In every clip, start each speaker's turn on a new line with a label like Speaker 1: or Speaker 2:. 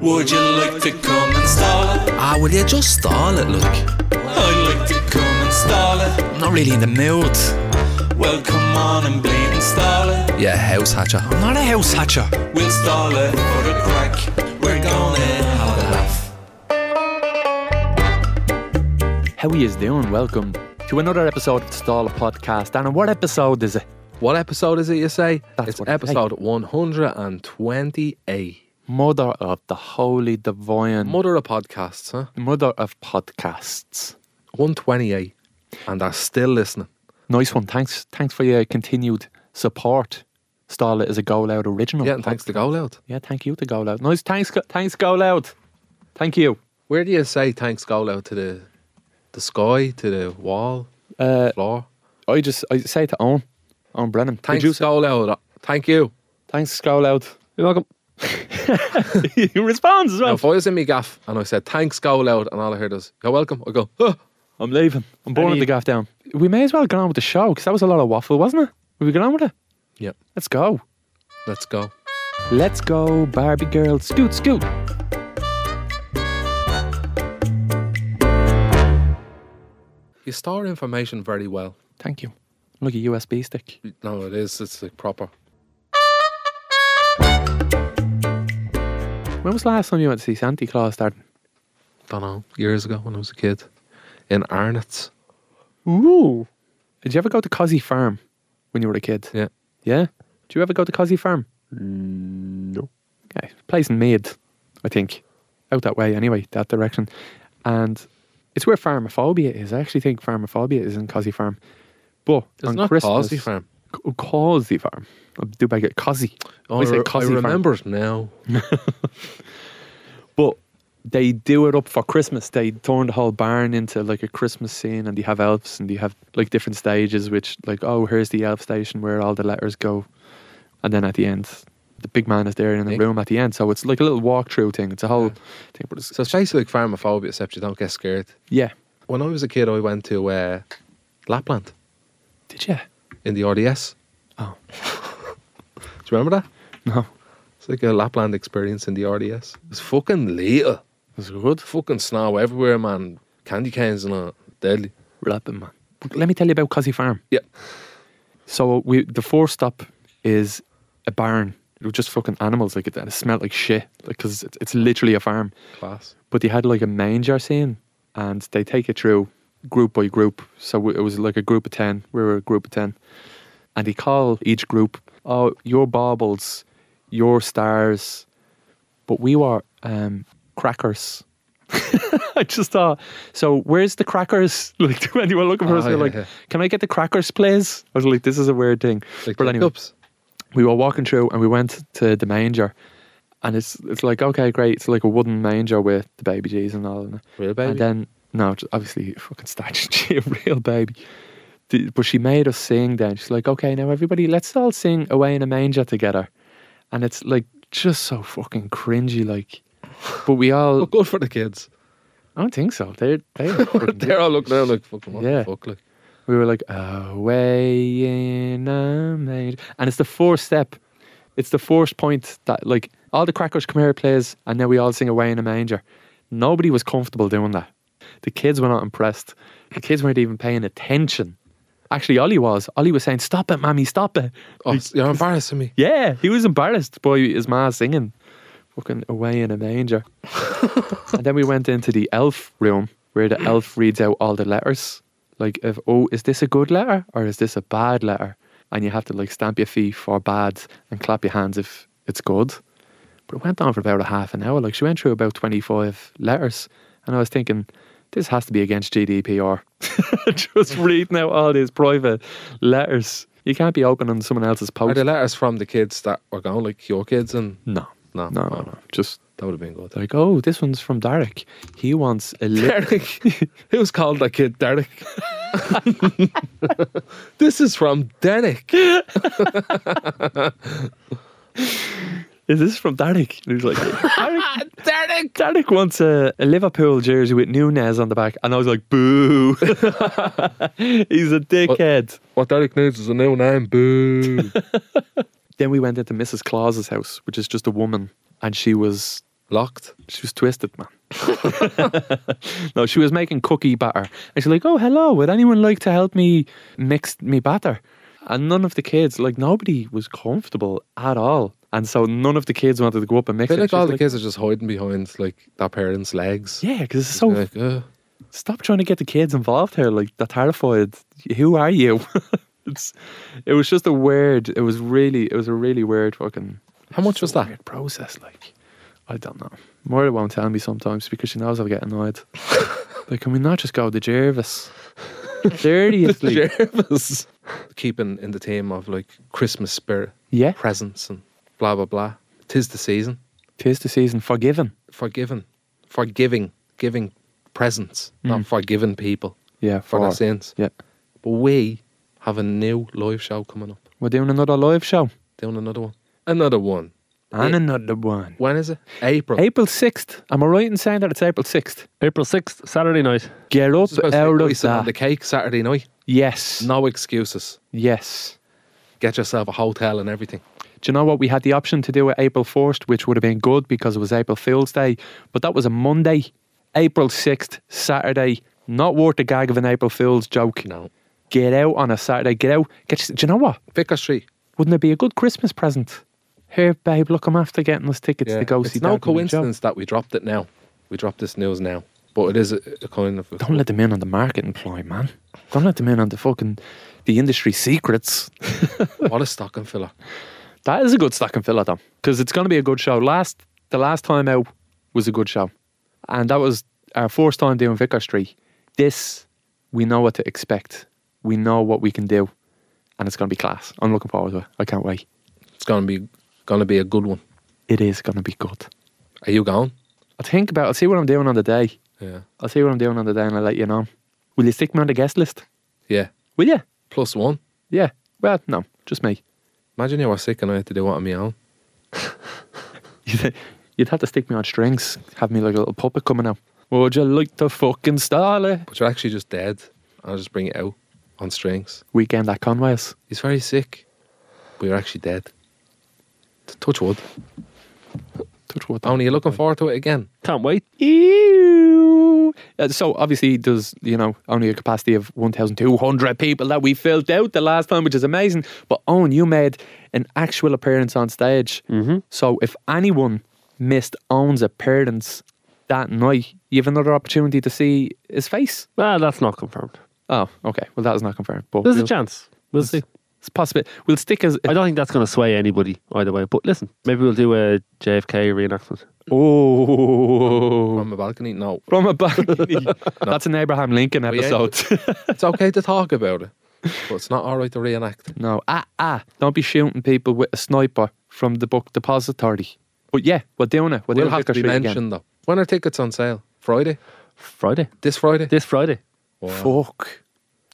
Speaker 1: Would you like to come and stall it?
Speaker 2: Ah, will you just stall it, look?
Speaker 1: I'd like to come and stall it.
Speaker 2: I'm not really in the mood.
Speaker 1: Well, come on and bleed and stall it.
Speaker 2: Yeah, house hatcher. I'm not a house hatcher.
Speaker 1: We'll stall it for the crack. We're gonna have a laugh.
Speaker 3: How he is doing? Welcome to another episode of the Stall Podcast. And what episode is it?
Speaker 4: What episode is it, you say?
Speaker 3: That's
Speaker 4: it's
Speaker 3: what-
Speaker 4: episode 128.
Speaker 3: Mother of the Holy Divine,
Speaker 4: Mother of podcasts, huh?
Speaker 3: Mother of Podcasts.
Speaker 4: 128. And are still listening.
Speaker 3: Nice one. Thanks. Thanks for your continued support. Stall it is a Go Loud
Speaker 2: Oh,
Speaker 3: original.
Speaker 4: Yeah, and thanks to Go Loud.
Speaker 3: Yeah, thank you to Go Loud. Nice. Thanks. Go- Thanks, Go Loud. Thank you.
Speaker 4: Where do you say thanks Go Loud to the the sky, to the wall,
Speaker 3: Uh,
Speaker 4: floor?
Speaker 3: I just I say to Owen, Owen Brennan.
Speaker 4: Thanks
Speaker 3: Would you say-
Speaker 4: Go Loud. Thank you.
Speaker 3: Thanks, Go Loud.
Speaker 4: You're welcome.
Speaker 3: he responds as
Speaker 4: Now,
Speaker 3: well.
Speaker 4: if I was in my gaff and I said thanks Go Loud and all I heard is, you're welcome, I go, huh.
Speaker 3: I'm leaving. I'm burning
Speaker 4: Any-
Speaker 3: the gaff down. We may as well get on with the show because that was a lot of waffle, wasn't it? Will we get on with it?
Speaker 4: Yep.
Speaker 3: Let's go.
Speaker 4: let's go.
Speaker 3: Let's go, Barbie girl. Scoot, scoot.
Speaker 4: You store information very well.
Speaker 3: Thank you. Look, a USB stick.
Speaker 4: No, it is. It's like proper.
Speaker 3: When was the last time you went to see Santa Claus starting?
Speaker 4: Don't know. Years ago when I was a kid in Arnott's.
Speaker 3: Ooh. Did you ever go to Cosy Farm when you were a kid?
Speaker 4: Yeah.
Speaker 3: Yeah? Did you ever go to Cosy Farm?
Speaker 4: Mm, No.
Speaker 3: Okay. Place in Mead, I think. Out that way anyway, that direction. And it's where pharmaphobia is. I actually think pharmaphobia is in Cosy Farm. But
Speaker 4: It's
Speaker 3: on
Speaker 4: not
Speaker 3: Christmas,
Speaker 4: Cosby Farm.
Speaker 3: C- Cosy Farm. I do beg it. Cosy.
Speaker 4: Oh, I,
Speaker 3: I say
Speaker 4: re- I
Speaker 3: Cosy Farm.
Speaker 4: remember it now.
Speaker 3: But they do it up for Christmas. They turn the whole barn into like a Christmas scene, and you have elves, and you have like different stages, which like oh, here's the elf station where all the letters go, and then at the end, the big man is there in the
Speaker 4: Big.
Speaker 3: room at the end. So it's like a little walkthrough thing. It's a whole thing, but it's
Speaker 4: So it's basically like pharmaphobia, except you don't get scared.
Speaker 3: yeah.
Speaker 4: When I was a kid, I went to uh, Lapland
Speaker 3: Did you?
Speaker 4: in the RDS.
Speaker 3: Oh.
Speaker 4: Do you remember that?
Speaker 3: No.
Speaker 4: It's like a Lapland experience in the RDS. It was fucking little.
Speaker 3: It was good.
Speaker 4: Fucking snow everywhere, man. Candy canes and all. Deadly.
Speaker 3: Rapping man. Let me tell you about Cosy Farm.
Speaker 4: Yeah.
Speaker 3: So we the fourth stop is a barn. It was just fucking animals like it. And it smelled like shit because it's, it's literally a farm.
Speaker 4: Class.
Speaker 3: but they had like a manger scene and they take it through group by group. So w- it was like a group of 10. We were a group of 10. And they call each group, oh, your baubles, your stars. But we were um, crackers. I just thought, so where's the crackers? Like, when you were looking for us,
Speaker 4: Oh,
Speaker 3: they were
Speaker 4: yeah,
Speaker 3: like,
Speaker 4: yeah.
Speaker 3: can I get the crackers, please? I was like, this is a weird thing.
Speaker 4: Like
Speaker 3: but
Speaker 4: the
Speaker 3: anyway,
Speaker 4: cups.
Speaker 3: we were walking through and we went to the manger. And it's it's like, okay, great. It's like a wooden manger with the baby G's and all. in it.
Speaker 4: Real baby.
Speaker 3: And then no, j- obviously fucking statue, a real baby. The- But she made us sing. Then she's like, "Okay, now everybody, let's all sing away in a manger together," and it's like just so fucking cringy. Like, but we all,
Speaker 4: Well, good for the kids.
Speaker 3: I don't think so. They're they're, fucking-
Speaker 4: They're all looking around like, fucking what
Speaker 3: Yeah.
Speaker 4: the fuck? Like,
Speaker 3: we were like, away in a manger. And it's the fourth step. It's the fourth point that, like, all the crackers come here, plays, and now we all sing away in a manger. Nobody was comfortable doing that. The kids were not impressed. The kids weren't even paying attention. Actually, Ollie was. Ollie was saying, Stop it, mammy, stop it.
Speaker 4: oh, you're embarrassing me.
Speaker 3: Yeah, he was embarrassed by his ma singing fucking away in a manger. and then we went into the elf room where the elf reads out all the letters. Like if oh, is this a good letter or is this a bad letter? And you have to like stamp your feet for bad and clap your hands if it's good. But it went on for about a half an hour. Like she went through about twenty five letters and I was thinking, this has to be against GDPR. Just reading out all these private letters. You can't be opening someone else's
Speaker 4: Are
Speaker 3: post.
Speaker 4: the letters from the kids that were gone, like your kids? And
Speaker 3: No.
Speaker 4: no,
Speaker 3: No, no, no. Just
Speaker 4: That would have been good.
Speaker 3: like, oh, this one's from Derek. He wants a lip.
Speaker 4: Derek. Who's called that kid Derek? this is from Derek.
Speaker 3: Is this from Derek? And he was like, Derek,
Speaker 4: Derek.
Speaker 3: Derek wants a, a Liverpool jersey with Nunez on the back. And I was like, boo. He's a dickhead.
Speaker 4: What Derek needs is a new name. Boo.
Speaker 3: Then we went into Mrs. Claus's house, which is just a woman. And she was
Speaker 4: Locked.
Speaker 3: She was twisted, man. no, she was making cookie batter. And she's like, oh, hello, would anyone like to help me mix me batter? And none of the kids, like, nobody was comfortable at all. And so none of the kids wanted to go up
Speaker 4: I
Speaker 3: and mix
Speaker 4: feel
Speaker 3: it.
Speaker 4: like
Speaker 3: She's
Speaker 4: all the kids are just hiding behind like their parents' legs.
Speaker 3: Yeah, because it's
Speaker 4: They're
Speaker 3: so.
Speaker 4: Like, uh,
Speaker 3: Stop trying to get the kids involved here. Like, they're terrified. Who are you? it's, it was just a weird, it was really, it was a really weird fucking
Speaker 4: how much was that?
Speaker 3: weird process. Like, I don't know. Moira won't tell me sometimes because she knows I'll get annoyed. like, can we not just go to Jervis? Seriously.
Speaker 4: Jervis. Keeping in the theme of like Christmas spirit,
Speaker 3: yeah.
Speaker 4: presents, and blah blah blah. Tis the season.
Speaker 3: Tis the season. Forgiven.
Speaker 4: Forgiven, forgiving, giving presents,
Speaker 3: Mm.
Speaker 4: not forgiving people
Speaker 3: Yeah.
Speaker 4: for
Speaker 3: For
Speaker 4: their sins.
Speaker 3: Yeah.
Speaker 4: But we have a new live show coming up.
Speaker 3: We're doing another live show.
Speaker 4: Doing another one. Another one.
Speaker 3: And
Speaker 4: Yeah.
Speaker 3: another one.
Speaker 4: When is it? April.
Speaker 3: April 6th. Am I right in saying that it's April 6th?
Speaker 5: April 6th, Saturday night.
Speaker 3: Get up
Speaker 4: This is supposed to be
Speaker 3: out of
Speaker 4: icing on
Speaker 3: that.
Speaker 4: the cake Saturday night.
Speaker 3: Yes.
Speaker 4: No excuses.
Speaker 3: Yes.
Speaker 4: Get yourself a hotel and everything.
Speaker 3: Do you know what? We had the option to do it April 1st, which would have been good because it was April Fool's Day, but that was a Monday, April 6th, Saturday. Not worth the gag of an April Fool's joke.
Speaker 4: No.
Speaker 3: Get out on a Saturday. Get out. Get, your- do you know what?
Speaker 4: Vicar Street.
Speaker 3: Wouldn't it be a good Christmas present? Here, babe, look, I'm after getting us tickets to go
Speaker 4: it's
Speaker 3: see Dad
Speaker 4: no
Speaker 3: and Joe.
Speaker 4: coincidence that we dropped it now. We dropped this news now. But it is a, a kind of.
Speaker 3: Don't let them in on the marketing ploy, man. Don't let them in on the fucking the industry secrets.
Speaker 4: what a stocking filler.
Speaker 3: That is a good stocking filler though, because it's going to be a good show. Last the last time out was a good show, and that was our first time doing Vicar Street. This we know what to expect. We know what we can do, and it's going to be class. I'm looking forward to it. I can't wait.
Speaker 4: It's going to be gonna be a good one.
Speaker 3: It is going to be good.
Speaker 4: Are you going?
Speaker 3: I'll think about. I'll see what I'm doing on the day.
Speaker 4: Yeah.
Speaker 3: I'll see what I'm doing on the day, and I'll let you know. Will you stick me on the guest list?
Speaker 4: Yeah.
Speaker 3: Will you?
Speaker 4: Plus one.
Speaker 3: Yeah. Well, no, just me.
Speaker 4: Imagine you were sick and I had to do it on my own.
Speaker 3: You'd have to stick me on strings, have me like a little puppet coming out. Would you like to fucking stall it?
Speaker 4: But you're actually just dead. I'll just bring it out on strings.
Speaker 3: Weekend at Conway's.
Speaker 4: He's very sick. But you're actually dead. T- Touch wood.
Speaker 3: Touch wood.
Speaker 4: Tony, you're looking forward to it again.
Speaker 5: Can't wait.
Speaker 3: Ew. Uh, so obviously, there's you know only a capacity of 1,200 people that we filled out the last time, which is amazing. But Owen, you made an actual appearance on stage. Mm-hmm. So if anyone missed Owen's appearance that night, you have another opportunity to see his face.
Speaker 5: Ah, that's not confirmed.
Speaker 3: Oh, okay. Well, that is not confirmed. But
Speaker 5: There's a
Speaker 3: we'll-
Speaker 5: chance. We'll see.
Speaker 3: It's possible. We'll stick as.
Speaker 5: I don't think that's going to sway anybody either way. But listen, maybe we'll do a JFK reenactment.
Speaker 3: Oh,
Speaker 4: From a balcony? No.
Speaker 3: from a balcony. That's an Abraham Lincoln
Speaker 4: We ain't-
Speaker 3: episode.
Speaker 4: It's okay to talk about it. But it's not alright to reenact.
Speaker 3: no, ah, ah. Don't be shooting people with a sniper from the book depository. But yeah, we're doing it. We're
Speaker 4: We'll
Speaker 3: doing
Speaker 4: have to
Speaker 3: Vicar
Speaker 4: be
Speaker 3: Street again.
Speaker 4: mentioned though. When are tickets on sale? Friday?
Speaker 5: Friday.
Speaker 4: This Friday?
Speaker 5: This Friday.
Speaker 4: Wow.
Speaker 3: Fuck.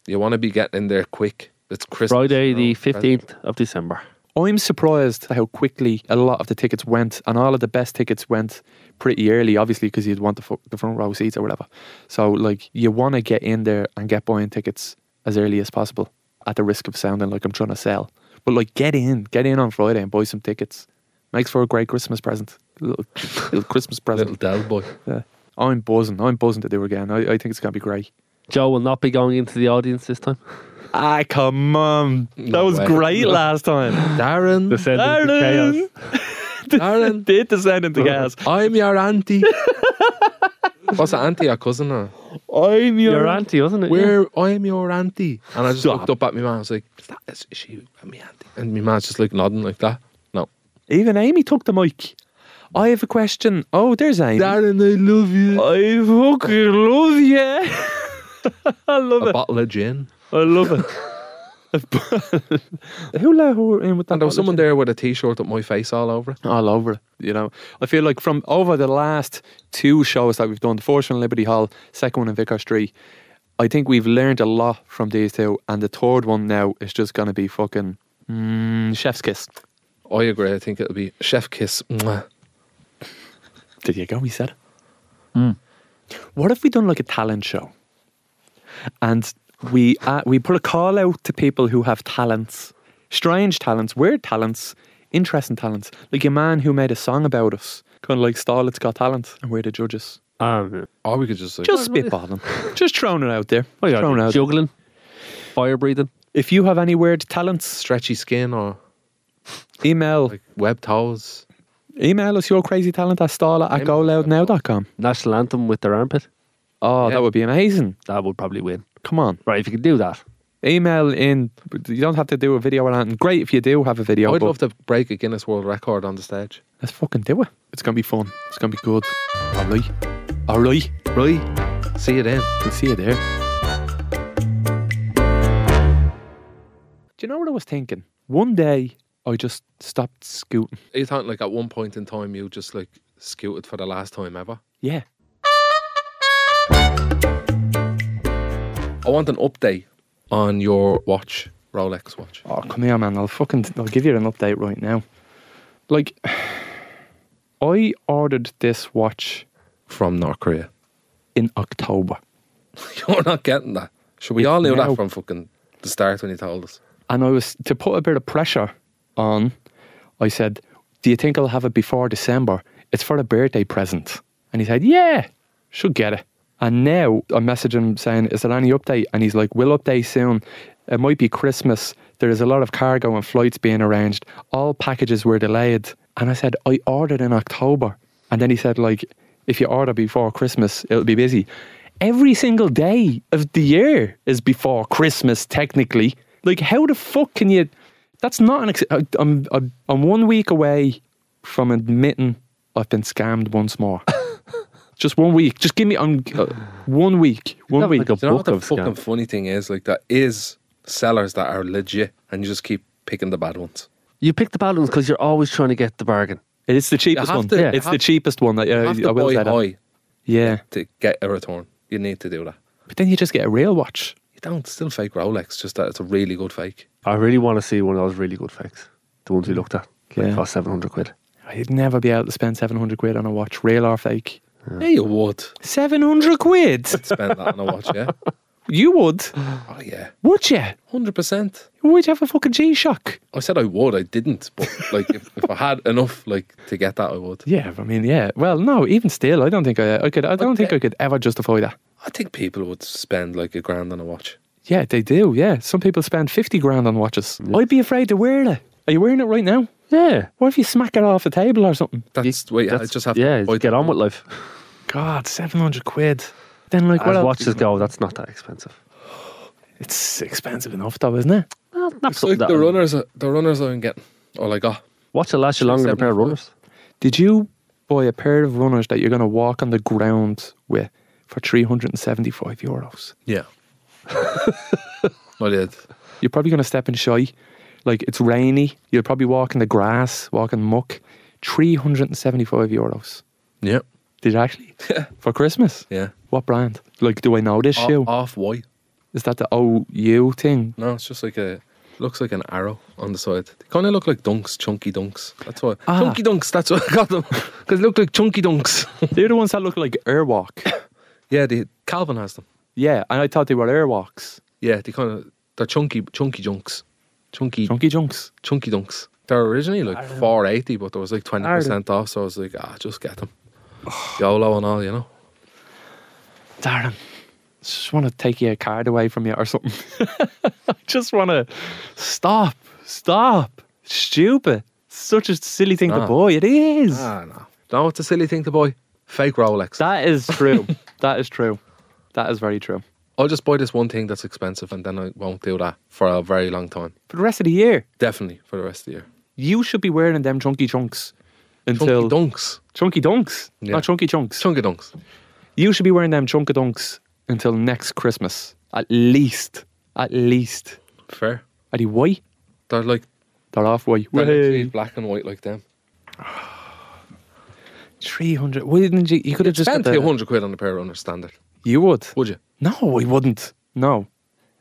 Speaker 4: You want to be getting in there quick. It's Christmas.
Speaker 5: Friday, the
Speaker 4: Oh,
Speaker 5: 15th of December.
Speaker 3: I'm surprised how quickly a lot of the tickets went, and all of the best tickets went pretty early, obviously, because you'd want the, fu- the front row seats or whatever. So, like, you want to get in there and get buying tickets as early as possible at the risk of sounding like I'm trying to sell. But, like, get in, get in on Friday and buy some tickets. Makes for a great Christmas present. Little, little Christmas
Speaker 4: Little
Speaker 3: present.
Speaker 4: Del Boy.
Speaker 3: Yeah. I'm buzzing. I'm buzzing to do again. I, I think it's going to be great.
Speaker 5: Joe will not be going into the audience this time.
Speaker 3: Ah, come on. that
Speaker 4: No
Speaker 3: was
Speaker 4: way.
Speaker 3: great last time.
Speaker 4: Darren.
Speaker 5: Descendants
Speaker 3: Darren!
Speaker 5: of
Speaker 4: Darren.
Speaker 3: Did descend into gas.
Speaker 4: I'm your auntie. What's an auntie? A cousin? Or?
Speaker 3: I'm
Speaker 5: Your auntie, wasn't it?
Speaker 4: Where I'm your auntie. And I just
Speaker 3: Stop.
Speaker 4: looked up at my mum. I was like, is, that, is she my auntie? And my mum's just like nodding like that. No.
Speaker 3: Even Amy took the mic. I have a question. Oh, there's Amy.
Speaker 4: Darren, I love you.
Speaker 3: I fucking love you. I love
Speaker 4: A
Speaker 3: it.
Speaker 4: bottle of gin.
Speaker 3: I love it. who let her in with that?
Speaker 4: And there was someone
Speaker 3: knowledge?
Speaker 4: there with a t-shirt with my face all over it.
Speaker 3: all over it. You know, I feel like from over the last two shows that we've done, the first one in Liberty Hall, second one in Vicar Street, I think we've learned a lot from these two, and the third one now is just going to be fucking mm, chef's kiss.
Speaker 4: I agree. I think it'll be chef kiss. Mwah.
Speaker 3: There you go, he said.
Speaker 4: Hmm.
Speaker 3: What if we done like a talent show? And we uh, we put a call out to people who have talents, strange talents, weird talents, interesting talents. Like a man who made a song about us Kind of like Starlet's Got Talent, and we're the judges.
Speaker 5: Um,
Speaker 4: Or we could just say,
Speaker 3: Just spitballing. Just throwing it out there.
Speaker 4: Oh,
Speaker 5: what you
Speaker 3: Thrown
Speaker 5: got?
Speaker 3: out.
Speaker 5: Juggling, fire breathing.
Speaker 3: If you have any weird talents,
Speaker 4: stretchy skin or
Speaker 3: email
Speaker 4: like web toes.
Speaker 3: email us your crazy talent at starlet at
Speaker 4: Email us at
Speaker 3: goloudnow.com.
Speaker 5: National anthem with their armpit.
Speaker 3: Oh,
Speaker 4: Yeah.
Speaker 3: that would be amazing.
Speaker 5: That would probably win.
Speaker 3: Come on.
Speaker 5: Right, if you could do that.
Speaker 3: Email in. You don't have to do a video or anything. Great if you do have a video.
Speaker 4: I'd
Speaker 3: but
Speaker 4: love to break a Guinness World Record on the stage.
Speaker 3: Let's fucking do it. It's going to be fun. It's going to be good. All right. All right.
Speaker 4: Right. See you then.
Speaker 3: We'll see you there. Do you know what I was thinking? One day, I just stopped scooting.
Speaker 4: Are you talking like at one point in time you just like scooted for the last time ever?
Speaker 3: Yeah.
Speaker 4: I want an update on your watch, Rolex watch.
Speaker 3: Oh, come here, man. I'll fucking I'll give you an update right now. Like, I ordered this watch
Speaker 4: From North Korea.
Speaker 3: in October,
Speaker 4: You're not getting that. Should we all knew
Speaker 3: now.
Speaker 4: that from fucking the start when you told us?
Speaker 3: and I was to put a bit of pressure on. I said, "Do you think I'll have it before December? It's for a birthday present." And he said, "Yeah, should get it." And now I'm messaging him saying, "Is there any update?" And he's like, "We'll update soon. It might be Christmas. There is a lot of cargo and flights being arranged. All packages were delayed." And I said, "I ordered in October." And then he said, "Like, if you order before Christmas, it'll be busy." Every single day of the year is before Christmas, technically. Like, how the fuck can you? That's not an. Ex- I- I'm, I'm I'm one week away from admitting I've been scammed once more. just one week. Just give me um, uh, one week. One
Speaker 5: Have
Speaker 3: week.
Speaker 5: like a
Speaker 4: Do you know what
Speaker 5: book
Speaker 4: the
Speaker 5: of
Speaker 4: fucking
Speaker 5: scams.
Speaker 4: funny thing is? Like that is sellers that are legit and you just keep picking the bad ones.
Speaker 5: You pick the bad ones because you're always trying to get the bargain.
Speaker 3: it's the cheapest
Speaker 4: have
Speaker 3: one.
Speaker 4: to-
Speaker 3: it's
Speaker 4: have-
Speaker 3: the cheapest one. That,
Speaker 4: You
Speaker 3: uh,
Speaker 4: have to
Speaker 3: I will
Speaker 4: buy
Speaker 3: say that.
Speaker 4: high
Speaker 3: Yeah,
Speaker 4: to get a return. You need to do that.
Speaker 3: but then you just get a real watch.
Speaker 4: You don't still fake Rolex, just that it's a really good fake.
Speaker 5: I really want to see one of those really good fakes. The ones we looked at. Like
Speaker 3: Yeah.
Speaker 5: cost 700 quid.
Speaker 3: I'd never be able to spend seven hundred quid on a watch, real or fake.
Speaker 4: Yeah, you would
Speaker 3: Seven hundred quid.
Speaker 4: spend that on a watch, yeah.
Speaker 3: you would,
Speaker 4: Oh yeah,
Speaker 3: would you?
Speaker 4: hundred percent.
Speaker 3: Would you have a fucking G Shock?
Speaker 4: I said I would. I didn't, but like if, if I had enough, like to get that, I would.
Speaker 3: Yeah, I mean, yeah. Well, no, even still, I don't think I, I could. I don't think I could ever justify that.
Speaker 4: I think people would spend like a grand on a watch.
Speaker 3: Yeah, they do. Yeah, some people spend fifty grand on watches. I'd be afraid to wear it. Are you wearing it right now?
Speaker 5: Yeah.
Speaker 3: What if you smack it off the table or something?
Speaker 4: That's wait. I
Speaker 5: That's-
Speaker 4: just have
Speaker 5: yeah,
Speaker 4: to buy
Speaker 5: get
Speaker 4: the-
Speaker 5: on with life.
Speaker 3: God, seven hundred quid. Then like,
Speaker 5: As
Speaker 3: well,
Speaker 5: watches go, that's not that expensive.
Speaker 3: it's expensive enough, though, isn't it?
Speaker 5: Well, not
Speaker 4: It's like
Speaker 5: something
Speaker 4: the
Speaker 5: that-
Speaker 4: runners, the runners I'm getting, or like oh,
Speaker 5: Watch will last you longer than a pair of
Speaker 4: 700.
Speaker 5: runners.
Speaker 3: Did you buy a pair of runners that you're going to walk on the ground with for three hundred and seventy-five euros?
Speaker 4: yeah. I did.
Speaker 3: You're probably going to step in shy. Like it's rainy. You'll probably walk in the grass, walk in muck. Three hundred and seventy-five euros.
Speaker 4: Yeah,
Speaker 3: Did you actually? For Christmas?
Speaker 4: yeah.
Speaker 3: What brand? Like, do I know this
Speaker 5: Oh,
Speaker 3: shoe?
Speaker 4: Off white.
Speaker 3: Is that the OU thing?
Speaker 4: No, it's just like a looks like an arrow on the side. They kind of look like dunks, chunky dunks. That's why
Speaker 3: Ah.
Speaker 4: chunky dunks. That's what I got them because they look like chunky dunks.
Speaker 3: They're the ones that look like Airwalk.
Speaker 4: yeah, the Calvin has them.
Speaker 3: yeah, and I thought they were Airwalks.
Speaker 4: Yeah, they kind of they're chunky, chunky junks, chunky,
Speaker 3: Junky Junks.
Speaker 4: chunky dunks. They're originally like four eighty, but there was like twenty percent off. So I was like, ah, just get them. YOLO and all, you know.
Speaker 3: Darren, just want to take your card away from you or something. I just want to stop, stop. Stupid. Such a silly thing
Speaker 4: Nah.
Speaker 3: to buy. It is.
Speaker 4: Ah, no. No, it's a silly thing to buy. Fake Rolex.
Speaker 3: That is true. that is true. That is very true.
Speaker 4: I'll just buy this one thing that's expensive, and then I won't do that for a very long time.
Speaker 3: For the rest of the year,
Speaker 4: Definitely for the rest of the year.
Speaker 3: you should be wearing them chunky chunks
Speaker 4: Chunky
Speaker 3: until
Speaker 4: dunks.
Speaker 3: chunky dunks,
Speaker 4: Yeah.
Speaker 3: not chunky chunks.
Speaker 4: Chunky dunks.
Speaker 3: You should be wearing them chunka dunks until next Christmas. At least. At least.
Speaker 4: Fair.
Speaker 3: Are they white?
Speaker 4: They're like
Speaker 3: They're off white.
Speaker 4: they're literally
Speaker 3: Way.
Speaker 4: black and white like them.
Speaker 3: 300. Why didn't you? You could have just got
Speaker 4: Spend
Speaker 3: the,
Speaker 4: two hundred quid on a pair of runners standard,
Speaker 3: You would.
Speaker 4: would you?
Speaker 3: No, I wouldn't. No.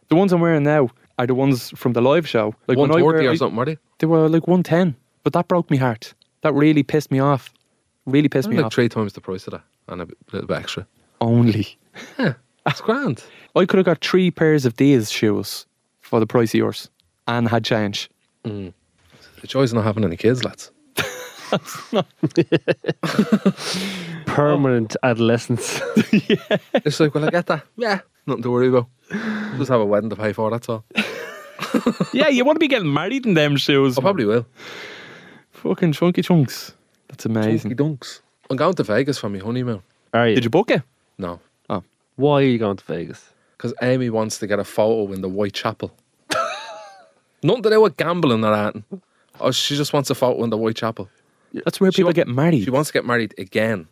Speaker 3: The ones I'm wearing now are the ones from the live show. Like
Speaker 4: One
Speaker 3: when I wear-
Speaker 4: forty or
Speaker 3: I-
Speaker 4: something, are they?
Speaker 3: They were like 110. But that broke me heart. That really pissed me off. Really pissed me
Speaker 4: like
Speaker 3: off.
Speaker 4: three times the price of that and a bit- little bit extra.
Speaker 3: Only.
Speaker 4: That's grand.
Speaker 3: I could have got three pairs of these shoes for the price of yours and had change.
Speaker 4: The joys of not having any kids, lads.
Speaker 5: Oh. Permanent adolescence.
Speaker 4: It's like, will I get that? Yeah. Nothing to worry about. Just have a wedding to pay for, that's all.
Speaker 6: yeah, you want to be getting married in them shoes.
Speaker 4: I
Speaker 3: Oh,
Speaker 4: probably will.
Speaker 3: Fucking chunky chunks. That's
Speaker 4: Chunky
Speaker 3: amazing.
Speaker 4: dunks. I'm going to Vegas for my honeymoon.
Speaker 5: Are you?
Speaker 3: Did you book it?
Speaker 4: No.
Speaker 5: Why are you going to Vegas?
Speaker 4: Because Amy wants to get a photo in the Whitechapel. Nothing to do with gambling or anything. Oh, she just wants a photo in the Whitechapel.
Speaker 3: That's where
Speaker 4: She
Speaker 3: people
Speaker 4: wa-
Speaker 3: get married.
Speaker 4: She wants to get married again.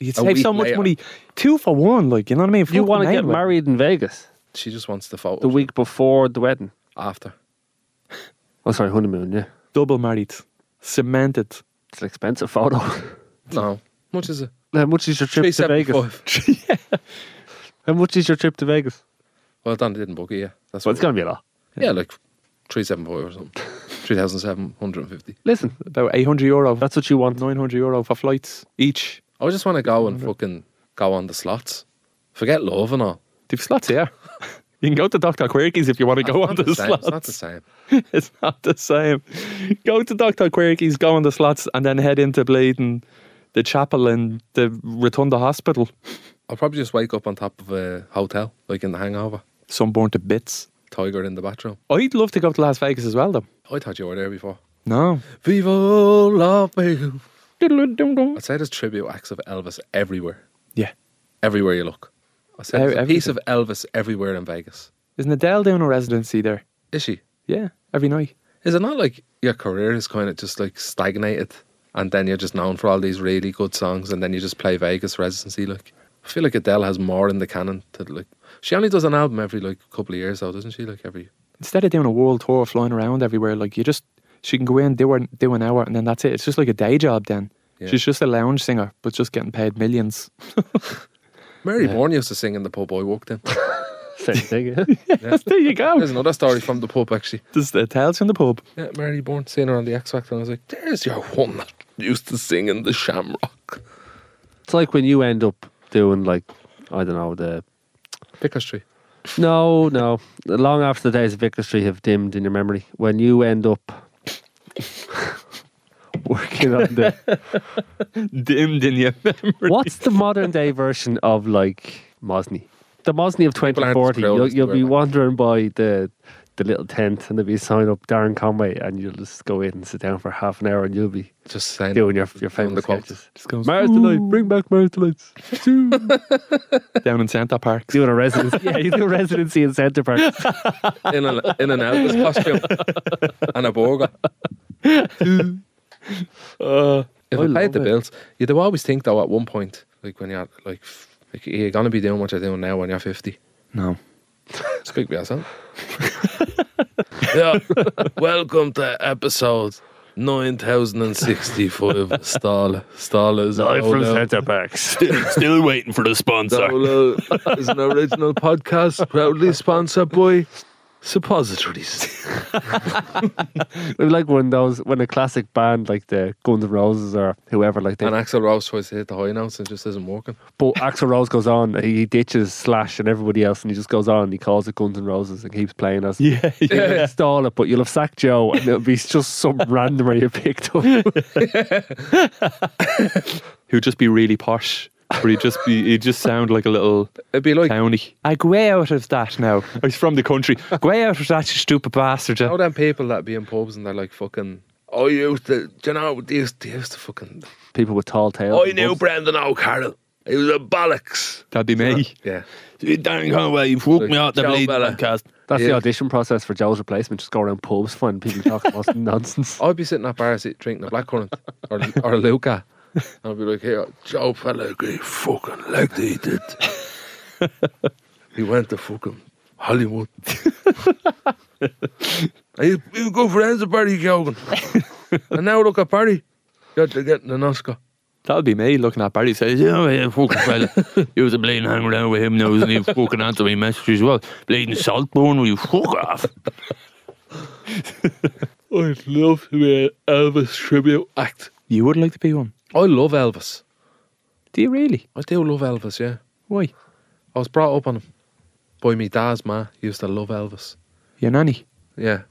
Speaker 3: you
Speaker 4: a
Speaker 3: save so
Speaker 4: week
Speaker 3: much
Speaker 4: later.
Speaker 3: money. Two for one, like, you know what I mean?
Speaker 5: You want to
Speaker 3: Fucking
Speaker 5: get
Speaker 3: hell, like.
Speaker 5: married in Vegas
Speaker 4: She just wants the photo
Speaker 5: the week before the wedding.
Speaker 4: after.
Speaker 5: Oh, sorry, honeymoon. Yeah,
Speaker 3: Double married. Cemented.
Speaker 5: it's an expensive photo.
Speaker 4: No. Much is it?
Speaker 5: How much is your trip to Vegas?
Speaker 4: 375.
Speaker 5: How much is your trip to Vegas?
Speaker 4: Well, Dan didn't book it, yeah. That's
Speaker 5: Well, it's
Speaker 4: what-
Speaker 5: going to be a lot.
Speaker 4: Yeah, like 375 or something. 3,750.
Speaker 5: Listen,
Speaker 3: About 800 euro.
Speaker 5: that's what you want.
Speaker 3: 900 euro for flights each.
Speaker 4: I just want to go and fucking go on the slots. Forget love and all.
Speaker 3: They've slots here. you can go to Dr. Quirky's if you want to go
Speaker 4: It's
Speaker 3: on
Speaker 4: not
Speaker 3: the
Speaker 4: same. It's not
Speaker 3: slots.
Speaker 4: the same.
Speaker 3: It's not the same. Go to Dr. Quirky's, go on the slots, and then head into Bladen, the chapel, and the Rotunda Hospital.
Speaker 4: I'll probably just wake up on top of a hotel, like in The Hangover.
Speaker 3: Some born to bits.
Speaker 4: Tiger in the bathroom.
Speaker 3: I'd love to go to Las Vegas as well, though.
Speaker 4: I thought you were there before.
Speaker 3: No.
Speaker 4: Viva la Vegas.
Speaker 3: Doodle-dum-dum.
Speaker 4: I'd say there's tribute acts of Elvis everywhere.
Speaker 3: Yeah.
Speaker 4: Everywhere you look. I said
Speaker 3: Ev-
Speaker 4: there's a piece of Elvis everywhere in Vegas.
Speaker 3: Isn't Adele doing a residency there?
Speaker 4: Is she?
Speaker 3: Yeah, every night.
Speaker 4: Is it not like your career is kind of just like stagnated and then you're just known for all these really good songs and then you just play Vegas residency? Like, I feel like Adele has more in the canon to like. She only does an album every like couple of years though, doesn't she? Like every.
Speaker 3: Instead of doing a world tour, flying around everywhere, like you just, she can go in, do, her, do an hour, and then that's it. It's just like a day job then.
Speaker 4: Yeah.
Speaker 3: She's just a lounge singer, but just getting paid millions.
Speaker 4: Mary Bourne used to sing in the pub I walked in.
Speaker 5: Same thing. Yeah?
Speaker 3: there you go. uh,
Speaker 4: There's another story from the pub actually.
Speaker 3: There's the tales from the pub.
Speaker 4: Yeah, Mary Bourne seeing her on the X Factor, and I was like, "There's your one that used to sing in the Shamrock."
Speaker 5: it's like when you end up doing like I don't know the
Speaker 4: Pickers Tree.
Speaker 5: no no long after the days of Vicar Street have dimmed in your memory when you end up working on the
Speaker 3: Dimmed in your memory.
Speaker 5: What's the modern day version of like Mosney? The Mosney of
Speaker 4: aren't as
Speaker 5: 2040.
Speaker 4: proud
Speaker 5: You'll,
Speaker 4: as they
Speaker 5: you'll
Speaker 4: were
Speaker 5: be
Speaker 4: back
Speaker 5: wandering by the the little tent and there'll be a sign up Darren Conway and you'll just go in and sit down for half an hour and you'll be
Speaker 4: Just saying.
Speaker 5: doing your, your
Speaker 4: doing the
Speaker 5: famous
Speaker 4: quotes.
Speaker 5: sketches.
Speaker 3: Just goes
Speaker 5: Mars tonight, bring back Mars tonight.
Speaker 3: down in Santa Park.
Speaker 5: doing a residency. yeah, you do a residency in Centre Park.
Speaker 4: in and in an Elvis costume and a burger. if I
Speaker 3: Uh, love
Speaker 4: paid the
Speaker 3: it.
Speaker 4: bills, you do always think though at one point, like when you're like, f- like you're gonna be doing what you're doing now when you're fifty.
Speaker 3: No.
Speaker 4: Speak for yourself. yeah. Welcome to episode nine thousand and sixty-five. Stall Stallers
Speaker 5: Oh, Park.
Speaker 6: Still waiting for the sponsor.
Speaker 4: Dolo is an original podcast proudly sponsored by Suppositories.
Speaker 5: It'd be like when those when a classic band like the Guns N' Roses or whoever like
Speaker 4: And
Speaker 5: that.
Speaker 4: Axel Rose tries to hit the high notes and just isn't working.
Speaker 5: But Axl Rose goes on, he ditches Slash and everybody else, and he just goes on. and He calls it Guns N' Roses and keeps playing us.
Speaker 3: Yeah.
Speaker 5: You'll install it, but you'll have sacked Joe, and it'll be just some randomer you picked up.
Speaker 3: Who'd just be really posh. Or he'd just be, he'd just sound like a little
Speaker 4: It'd be like
Speaker 3: townie. I go way out of that now. He's from the country. Go way out of that, you stupid bastard.
Speaker 4: know them people that be in pubs and they're like fucking. I used to, do you know, they used, they used to fucking.
Speaker 5: People with tall tails.
Speaker 4: I knew
Speaker 5: and
Speaker 4: Brendan O'Carroll. He was a bollocks.
Speaker 3: That'd be me.
Speaker 4: Yeah.
Speaker 6: Darren Conway, you woke me out the
Speaker 4: Joe
Speaker 6: bleed
Speaker 4: Bella.
Speaker 6: podcast.
Speaker 5: That's the
Speaker 4: Yeah.
Speaker 5: audition process for Joe's replacement. Just go around pubs, find people talking about some nonsense.
Speaker 4: I'd be sitting at bars eat- drinking a blackcurrant or, or a Luca. And I'd be like, here, Joe Pellegrini fucking liked he did. he went to fucking Hollywood. and you, you go friends with Barry Keoghan. and now look at Barry. You're getting an Oscar.
Speaker 3: That'd be me looking at Barry says,
Speaker 6: Yeah, oh, yeah, fucking fella. you was a bleeding hanging around with him now, and he fucking answered me messages as well. Bleeding saltburn, will you fuck off?
Speaker 4: I'd love to be an Elvis tribute act.
Speaker 3: You would like to be one.
Speaker 4: I love Elvis.
Speaker 3: Do you really?
Speaker 4: I do love Elvis, yeah.
Speaker 3: Why?
Speaker 4: I was brought up on him. By me dad's ma he used to love Elvis.
Speaker 3: Your nanny.
Speaker 4: Yeah.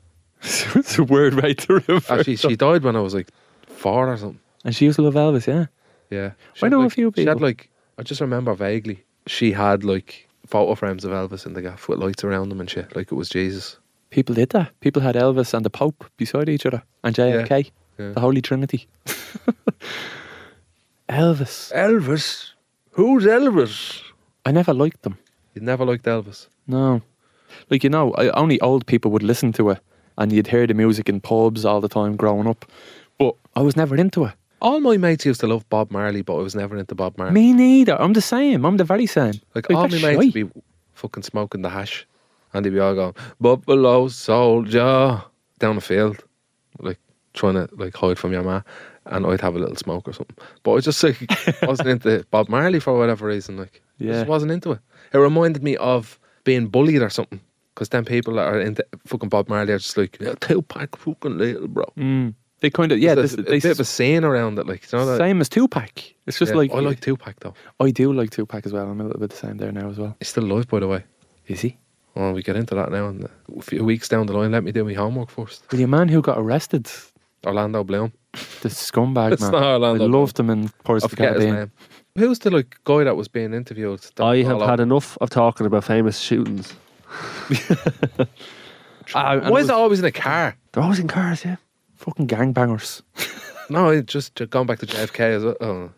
Speaker 3: it's a word right to refer.
Speaker 4: Oh, Actually she died when I was like four or something.
Speaker 3: And she used to love Elvis, yeah.
Speaker 4: Yeah.
Speaker 3: I
Speaker 4: had,
Speaker 3: know a
Speaker 4: like-
Speaker 3: few
Speaker 4: She
Speaker 3: people.
Speaker 4: had like I just remember vaguely. She had like photo frames of Elvis in the gaff with lights around them and shit. Like it was Jesus.
Speaker 3: People did that. People had Elvis and the Pope beside each other and JFK,
Speaker 4: yeah.
Speaker 3: the Holy Trinity. Elvis.
Speaker 4: Elvis? Who's Elvis?
Speaker 3: I never liked them.
Speaker 4: You never liked Elvis.
Speaker 3: No. Like, you know, I- only old people would listen to it and you'd hear the music in pubs all the time growing up. But I was never into it.
Speaker 4: All my mates used to love Bob Marley, but I was never into Bob Marley.
Speaker 3: Me neither. I'm the same. I'm the very same.
Speaker 4: Like, all my
Speaker 3: that's
Speaker 4: mates
Speaker 3: shy.
Speaker 4: would be fucking smoking the hash, and they'd be all going Buffalo Soldier down the field, like trying to like hide from your ma, and I'd have a little smoke or something. But I just like wasn't into Bob Marley for whatever reason. Like, I
Speaker 3: Yeah.
Speaker 4: just wasn't into it. It reminded me of being bullied or something. Because then people that are into fucking Bob Marley are just like, yeah, Tupac fucking little bro.
Speaker 3: Mm. They kind of, yeah,
Speaker 4: There's
Speaker 3: this,
Speaker 4: a, a
Speaker 3: they
Speaker 4: bit of a scene around it. Like, you know that?
Speaker 3: same as Tupac. It's just
Speaker 4: Yeah,
Speaker 3: like
Speaker 4: I like Tupac though.
Speaker 3: I do like Tupac as well. I'm a little bit the same there now as well.
Speaker 4: He's still alive, by the way.
Speaker 3: Is he?
Speaker 4: Well, Oh, we get into that now. And a few weeks down the line, let me do my homework first.
Speaker 3: Well, your man who got arrested,
Speaker 4: Orlando Bloom.
Speaker 3: the scumbag
Speaker 4: It's
Speaker 3: man.
Speaker 4: not Orlando
Speaker 3: I loved him in Pirates
Speaker 4: I
Speaker 3: of the
Speaker 4: forget his
Speaker 3: Caribbean.
Speaker 4: name. Who's the like guy that was being interviewed? that
Speaker 5: I
Speaker 4: was
Speaker 5: have
Speaker 4: all
Speaker 5: had
Speaker 4: over-
Speaker 5: enough of talking about famous shootings.
Speaker 3: Ah, and it
Speaker 4: Why is
Speaker 3: was
Speaker 4: it always in a car?
Speaker 5: They're always in cars, yeah.
Speaker 3: fucking gangbangers?
Speaker 4: No, it just just gone back to JFK as well. Oh,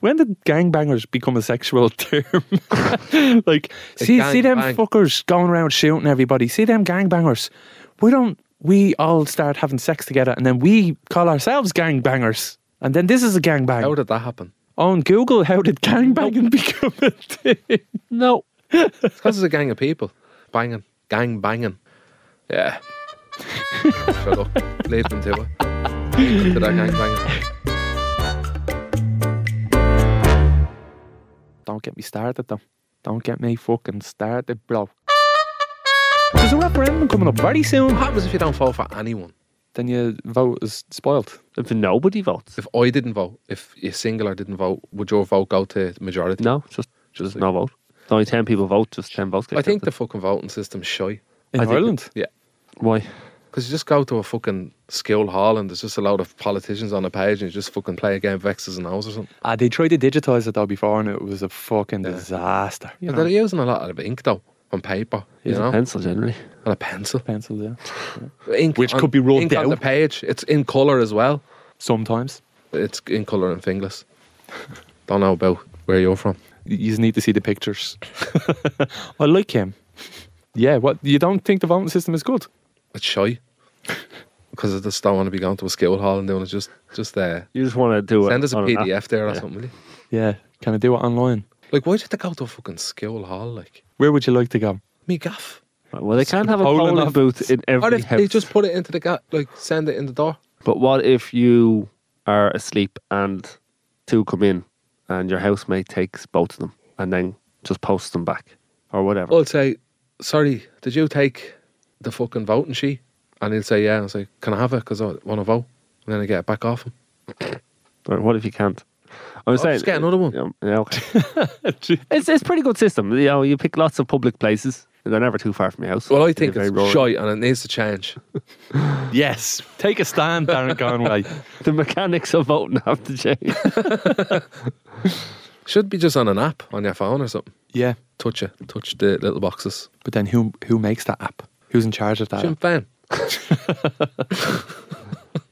Speaker 3: when did gangbangers become a sexual term? like, see,
Speaker 4: gang
Speaker 3: see them
Speaker 4: bang.
Speaker 3: fuckers going around shooting everybody. See them gangbangers. Why don't we all start having sex together and then we call ourselves gangbangers? And then this is a gangbang.
Speaker 4: how did that happen?
Speaker 3: On Google, how did gangbanging become a thing?
Speaker 5: No.
Speaker 4: It's because it's a gang of people banging, gang banging. Yeah. Shut up. Leave them to it. Leave them to that gang banging.
Speaker 3: Don't get me started though. Don't get me fucking started, bro. There's a referendum coming up very soon.
Speaker 4: What happens if you don't vote for anyone?
Speaker 3: Then your vote is spoiled.
Speaker 5: If nobody votes.
Speaker 4: If I didn't vote, if your singular didn't vote, would your vote go to majority?
Speaker 5: No, just, just no vote. If only 10 people vote, just 10 votes. get
Speaker 4: I think the
Speaker 5: counted.
Speaker 4: fucking voting system's shy.
Speaker 3: In
Speaker 5: I think-
Speaker 3: Ireland?
Speaker 4: Yeah.
Speaker 5: Why?
Speaker 4: Because you just go to a fucking skill hall and there's just a load of politicians on a page and you just fucking play a game of X's and O's or something.
Speaker 3: Ah, they tried to digitise it though before and it was a fucking
Speaker 4: Yeah.
Speaker 3: disaster. You
Speaker 4: And
Speaker 3: know,
Speaker 4: they're using a lot of ink though, on paper, you
Speaker 5: Use a
Speaker 4: know,
Speaker 5: pencil generally.
Speaker 4: and a pencil.
Speaker 3: pencils, yeah.
Speaker 4: Ink
Speaker 3: Which
Speaker 4: on-
Speaker 3: could be rolled
Speaker 4: ink on
Speaker 3: down.
Speaker 4: the page. It's in colour as well.
Speaker 3: Sometimes.
Speaker 4: It's in colour and fingerless. Don't know about where you're from.
Speaker 3: You just need to see the pictures. I like him. Yeah, what you don't think the voting system is good?
Speaker 4: It's shy. Because I just don't want to be going to a skill hall and doing it just, just there.
Speaker 5: You just want to do it.
Speaker 4: Send us a
Speaker 5: on an app.
Speaker 4: PDF there or
Speaker 5: Yeah.
Speaker 4: something, will you?
Speaker 3: Yeah. Can I do it online?
Speaker 4: Like, why did you have to go to a fucking skill hall? Like,
Speaker 3: Where would you like to go?
Speaker 4: me gaff.
Speaker 5: Well, they can't have a
Speaker 3: Polling
Speaker 5: polling,
Speaker 3: office.
Speaker 5: booth in
Speaker 4: Or
Speaker 5: every
Speaker 4: if they
Speaker 5: house.
Speaker 4: just put it into the gap, like, send it in the door.
Speaker 5: But what if you are asleep and two come in and your housemate takes both of them and then just posts them back or whatever?
Speaker 4: I'll say, sorry, did you take the fucking voting sheet? And he'll say, yeah. I'll say, can I have it? Because I want to vote. And then I get it back off him.
Speaker 5: Or what if you can't? I was
Speaker 4: I'll
Speaker 5: saying,
Speaker 4: just get another one.
Speaker 5: Yeah, yeah, okay. it's it's pretty good system. You know, you pick lots of public places. They're never too far from your house.
Speaker 4: Well, I
Speaker 5: They're
Speaker 4: think
Speaker 5: very
Speaker 4: it's
Speaker 5: rural.
Speaker 4: shite and it needs to change.
Speaker 3: Yes. Take a stand, Darren Conway.
Speaker 5: The mechanics of voting have to change.
Speaker 4: Should be just on an app on your phone or something.
Speaker 3: yeah.
Speaker 4: Touch it. Touch the little boxes.
Speaker 3: But then who who makes that app? Who's in charge of that?
Speaker 4: Sinn
Speaker 3: App?
Speaker 4: Féin.